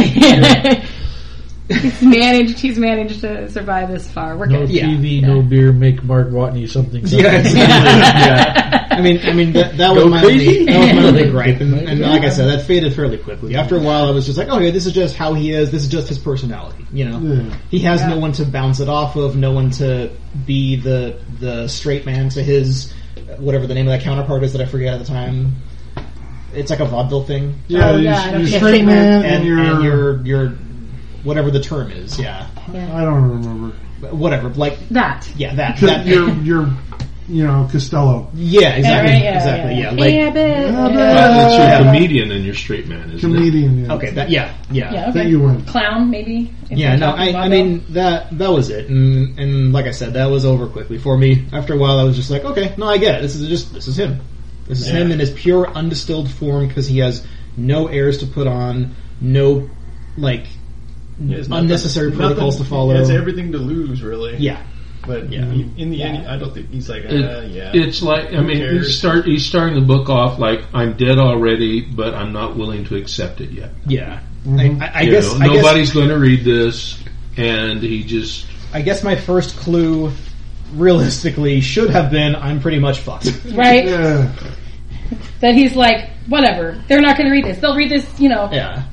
he's managed he's managed to survive this far. We're No good. Yeah. TV, no beer, make Mark Watney something. yeah, exactly. yeah. I mean, I mean that, that was my only, that was my only gripe, and, and like I said, that faded fairly quickly. After a while, I was just like, okay, this is just how he is. This is just his personality. You know, Yeah. he has no one to bounce it off of, no one to be the the straight man to his whatever the name of that counterpart is that I forget at the time. It's like a vaudeville thing, yeah, Oh, yeah, I you're, don't- yeah, straight same and, man, and, you're, and your your whatever the term is, yeah, I don't remember. But whatever, like That. yeah, that Because that you're, you're, you know, Costello. yeah, exactly, right, yeah, exactly, yeah. yeah, like. But it's Yeah. your comedian and your straight man, isn't Comedian, yeah. Okay, that yeah, yeah. Yeah. That Okay. you win. Clown, maybe? if Yeah, we're no, I, talking I about mean that that was it, and and like I said, that was over quickly for me. After a while, I was just like, okay, no, I get it. This is just this is him. This is him in his pure undistilled form because he has no airs to put on, no like There's nothing- unnecessary nothing- protocols to follow. It's everything to lose, really. yeah, But Yeah. he- in the end, I don't think he's like, uh, It- yeah. It's like I mean, you cares? start he's starting the book off like I'm dead already, but I'm not willing to accept it yet. yeah. Mhm. I, I, I You guess know, I guess- nobody's going to read this, and he just I guess my first clue, realistically, should have been I'm pretty much fucked. that. Right? uh, Yeah. That he's like, whatever. They're not going to read this. They'll read this, you know, yeah.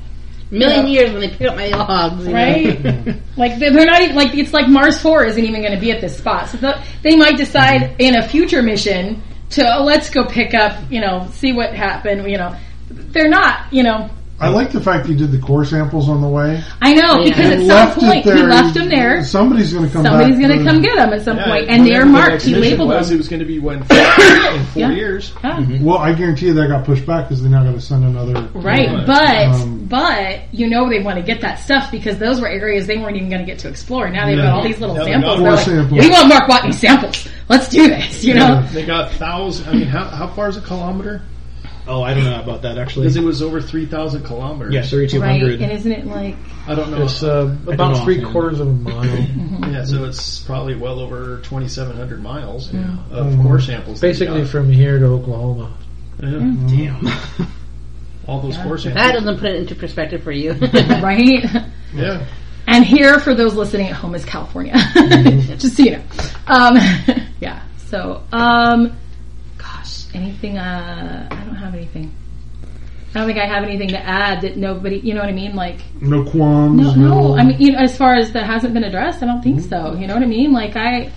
Million years when they pick up my logs, you know? right? like they- they're not even like it's like Mars Four isn't even going to be at this spot. So the, they might decide in a future mission to oh, let's go pick up, you know, see what happened. You know, they're not. You know, I like the fact you did the core samples on the way. I know Yeah. You because at some left it point he there. left them there. Somebody's going to come Somebody's back. going to come get them at some Yeah, Uh, point, and whatever they're the marked. next He mission labeled was, them. It was going to be one in four Yeah. years. Yeah. Well, I guarantee you that got pushed back because they're now going to send another. Right, but Um, but you know they want to get that stuff because those were areas they weren't even going to get to explore. Now they've got all these little Now they samples. got They're more like, samples. we want Mark Watney samples. Let's do this. You know, Yeah. They got thousands. I mean, how, how far is a kilometer? Oh, I don't know about that actually. Because it was over 3,000 kilometers. yeah, thirty two right? hundred. And isn't it like I don't know. It's uh, I don't know about three offhand. quarters of a mile. yeah, so it's probably well over 2,700 miles of Mhm. core samples. they Basically got. from here to Oklahoma. Yeah. Damn. all those core samples. That doesn't put it into perspective for you. right? Yeah. And here, for those listening at home, is California. Just so you know. Um, yeah. So, um, gosh, anything? Uh, I don't have anything. I don't think I have anything to add that nobody. You know what I mean? Like, no no, qualms. no. Mm-hmm. I mean, you know, as far as that hasn't been addressed, I don't think so. You know what I mean? Like, I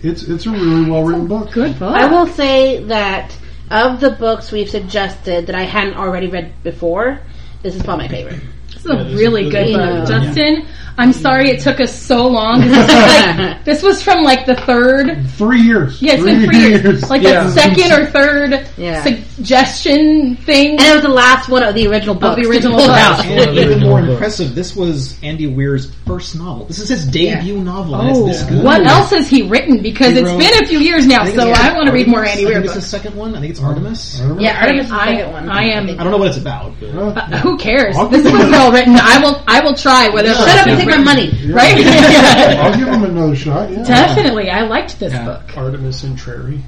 it's it's a really well written book. good book. I will say that of the books we've suggested that I hadn't already read before, this is probably my favorite. This is a really good book, Justin. I'm sorry it took us so long. This was, like, this was from like the third. Three years. Yeah, it's three been three years. Like Yeah. the second or third Yeah. suggestion thing. And it was the last one of the original books. the to original pull books. out. And even more impressive, this was Andy Weir's first novel. This is his debut novel, and it's Oh, this good. what else has he written? Because He it's wrote- been a few years now, I think it's so I want to read more Andy I Weir think it's his books. second one. I think it's Artemis. Mm-hmm. Yeah, Artemis is the I, second one. I am. I don't know what it's about. But uh, who cares? This was well written. I will. I will try. Whether Shut up and take my money. right? I'll give him another shot. Yeah. Definitely, I liked this book. Artemis and Trary.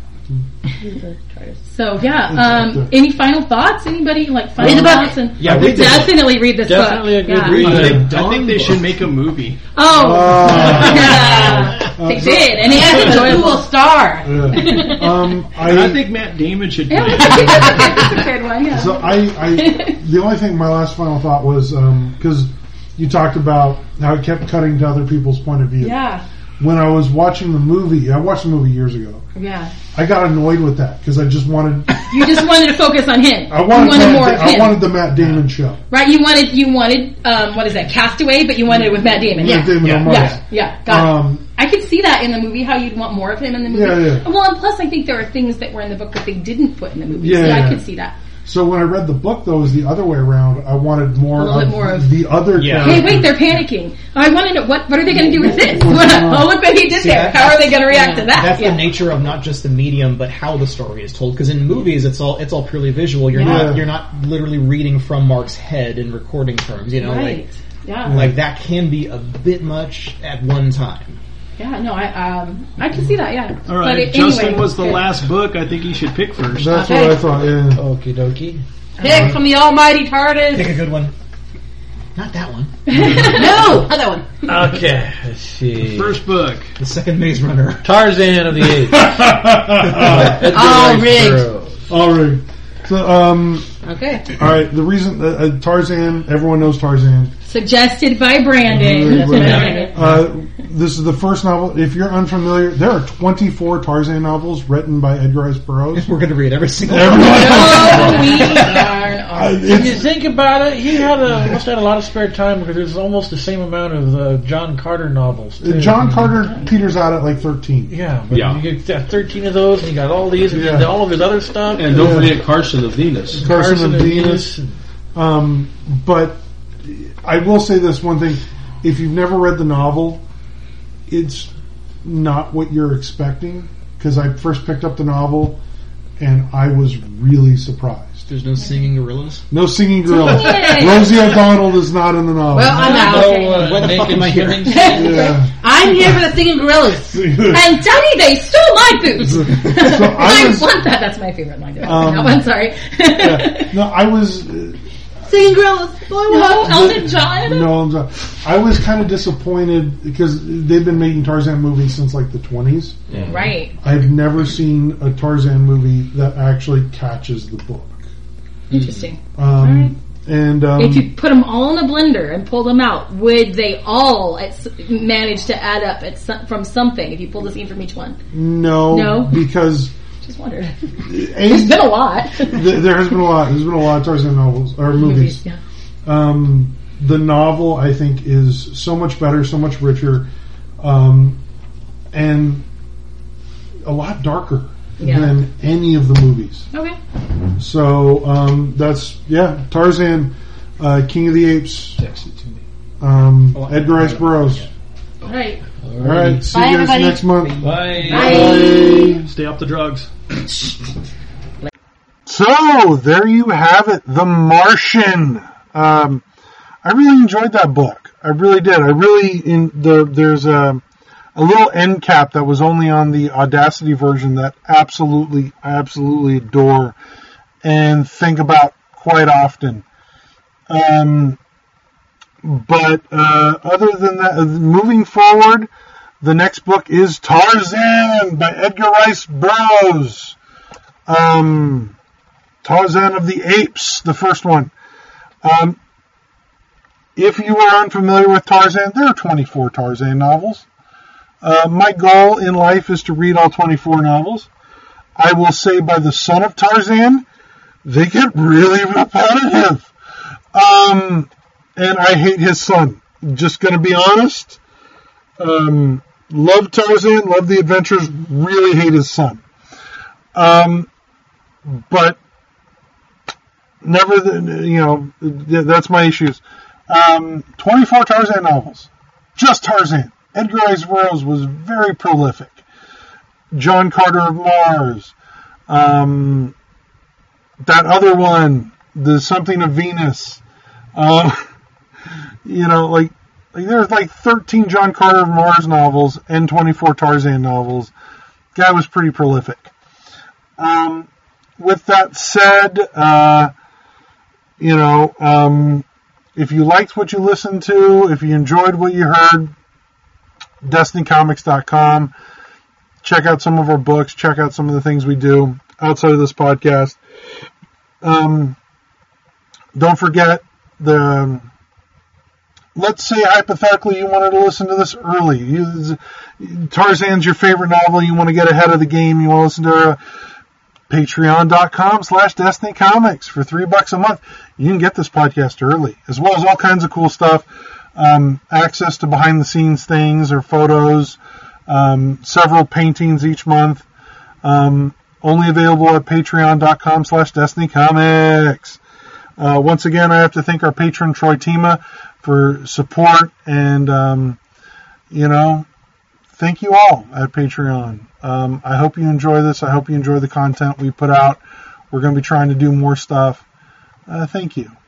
So yeah. Um, any final thoughts? Anybody like final Read the book. thoughts? And Yeah, read the book. definitely read this Definitely a book. good yeah. read. Uh, I think, Dawn I think they book. should make a movie. Oh, Uh, yeah. they did, and it Yes, was it's a enjoyable. cool star. yeah. Um, And I I, think Matt Damon should Yeah, play. that's a good one. Yeah. so uh, I, I, the only thing my last final thought was because you talked about how it kept cutting to other people's point of view. yeah, When I was watching the movie, I watched the movie years ago. yeah. I got annoyed with that because I just wanted, You just wanted to focus on him. I wanted, you wanted Matt more Da- of I him, wanted the Matt Damon show. right? You wanted, you wanted, um, what is that? Castaway, but you wanted it with Matt Damon. Matt Damon on Mars. Yeah, yeah, got it. Um, I could see that in the movie how you'd want more of him in the movie. Yeah, yeah. Well, and plus I think there are things that were in the book that they didn't put in the movie, Yeah, so I yeah. could see that. So when I read the book, though, it was the other way around. I wanted more, A little of, bit more of- the other Yeah. Hey, character. wait, they're panicking. I want to know what what are they going to do with this? What, oh, look what he did See, there. that- How are they going to react to that? that's yeah. the nature of not just the medium, but how the story is told. Because in movies, it's all it's all purely visual. You're Yeah. not you're not literally reading from Mark's head in recording terms. You know, right. like yeah. like that can be a bit much at one time. Yeah. No, I um I can see that. Yeah. All right, But it, Justin anyway, was the good. last book. I think he should pick first. That's what I thought. Yeah. Okie dokie. Pick from the almighty TARDIS. Pick a good one. Not that one. No, other one. Okay, let's see. First book. The second Maze Runner. Tarzan of the Apes. Oh, Edgar All Rice rigged. Burroughs. All right. So, um, Okay. all right. The reason uh, uh, Tarzan, everyone knows Tarzan. Suggested by Brandon. That's what I did. Uh, this is the first novel. If you're unfamiliar, there are 24 Tarzan novels written by Edgar Rice Burroughs. We're going to read every single Everyone, Oh, we darn are. I- If you it's, think about it, he had a, must have had a lot of spare time because there's almost the same amount of uh, John Carter novels. Too. John Carter peters out at like 13. Yeah, but Yeah. you get 13 of those, and he got all these, and Yeah. then all of his other stuff. And don't forget Carson of Venus. Carson, Carson and and Venus. Um, but I will say this one thing: if you've never read the novel, it's not what you're expecting. Because I first picked up the novel, and I was really surprised. There's no singing gorillas. No singing gorilla. Rosie O'Donnell is not in the novel. Well, I'm out. uh, Where the fuck am I here? yeah. I'm here for the singing gorillas. And Daddy, they stole my boots. I, was- want that. That's my favorite line. Um, no, I'm sorry. Yeah. No, I was uh, Singing gorillas. no, uh, Elton John. no, I'm sorry. I was kind of disappointed because they've been making Tarzan movies since like the 20s. Right. I've never seen a Tarzan movie that actually catches the book. Interesting. Um, And um, if you put them all in a blender and pulled them out, would they all at, s- manage to add up at some, from something? If you pulled a scene from each one, no, No? because just wondered. A, There's been a lot. th- there has been a lot. There's been a lot of Tarzan novels or movies. Yeah. Um, the novel, I think, is so much better, so much richer, um, and a lot darker Yeah. than any of the movies. Okay. So um, that's yeah, Tarzan, uh, King of the Apes, um, Edgar Rice Burroughs. All right. All right, see you guys everybody. next month. Stay off the drugs. So there you have it, The Martian. Um, I really enjoyed that book. I really did. I really in the there's a a little end cap that was only on the Audacity version that absolutely I absolutely adore and think about quite often. Um, but uh, other than that, uh, moving forward, the next book is Tarzan by Edgar Rice Burroughs. Um, Tarzan of the Apes, the first one. Um, if you are unfamiliar with Tarzan, there are 24 Tarzan novels. Uh, my goal in life is to read all 24 novels. I will say by the son of Tarzan, they get really repetitive. Um, and I hate his son. Just going to be honest. Um, love Tarzan, love the adventures, really hate his son. Um, but never, the, you know, th- that's my issues. Um, 24 Tarzan novels. Just Tarzan. Edgar Rice Burroughs was very prolific. John Carter of Mars. Um, that other one, the something of Venus. Um, you know, like, like there's like 13 John Carter of Mars novels and 24 Tarzan novels. Guy was pretty prolific. Um, with that said, uh, you know, um, if you liked what you listened to, if you enjoyed what you heard, destinycomics.com. Check out some of our books. Check out some of the things we do outside of this podcast. Um, don't forget the. Let's say hypothetically you wanted to listen to this early. You, Tarzan's your favorite novel. You want to get ahead of the game. You want to listen to uh, patreon.com slash destiny comics for three bucks a month you can get this podcast early as well as all kinds of cool stuff um, access to behind the scenes things or photos um, several paintings each month um, only available at patreon.com slash destiny comics uh, once again i have to thank our patron troy tima for support and um, you know thank you all at patreon um, I hope you enjoy this. I hope you enjoy the content we put out. We're going to be trying to do more stuff. Uh, thank you.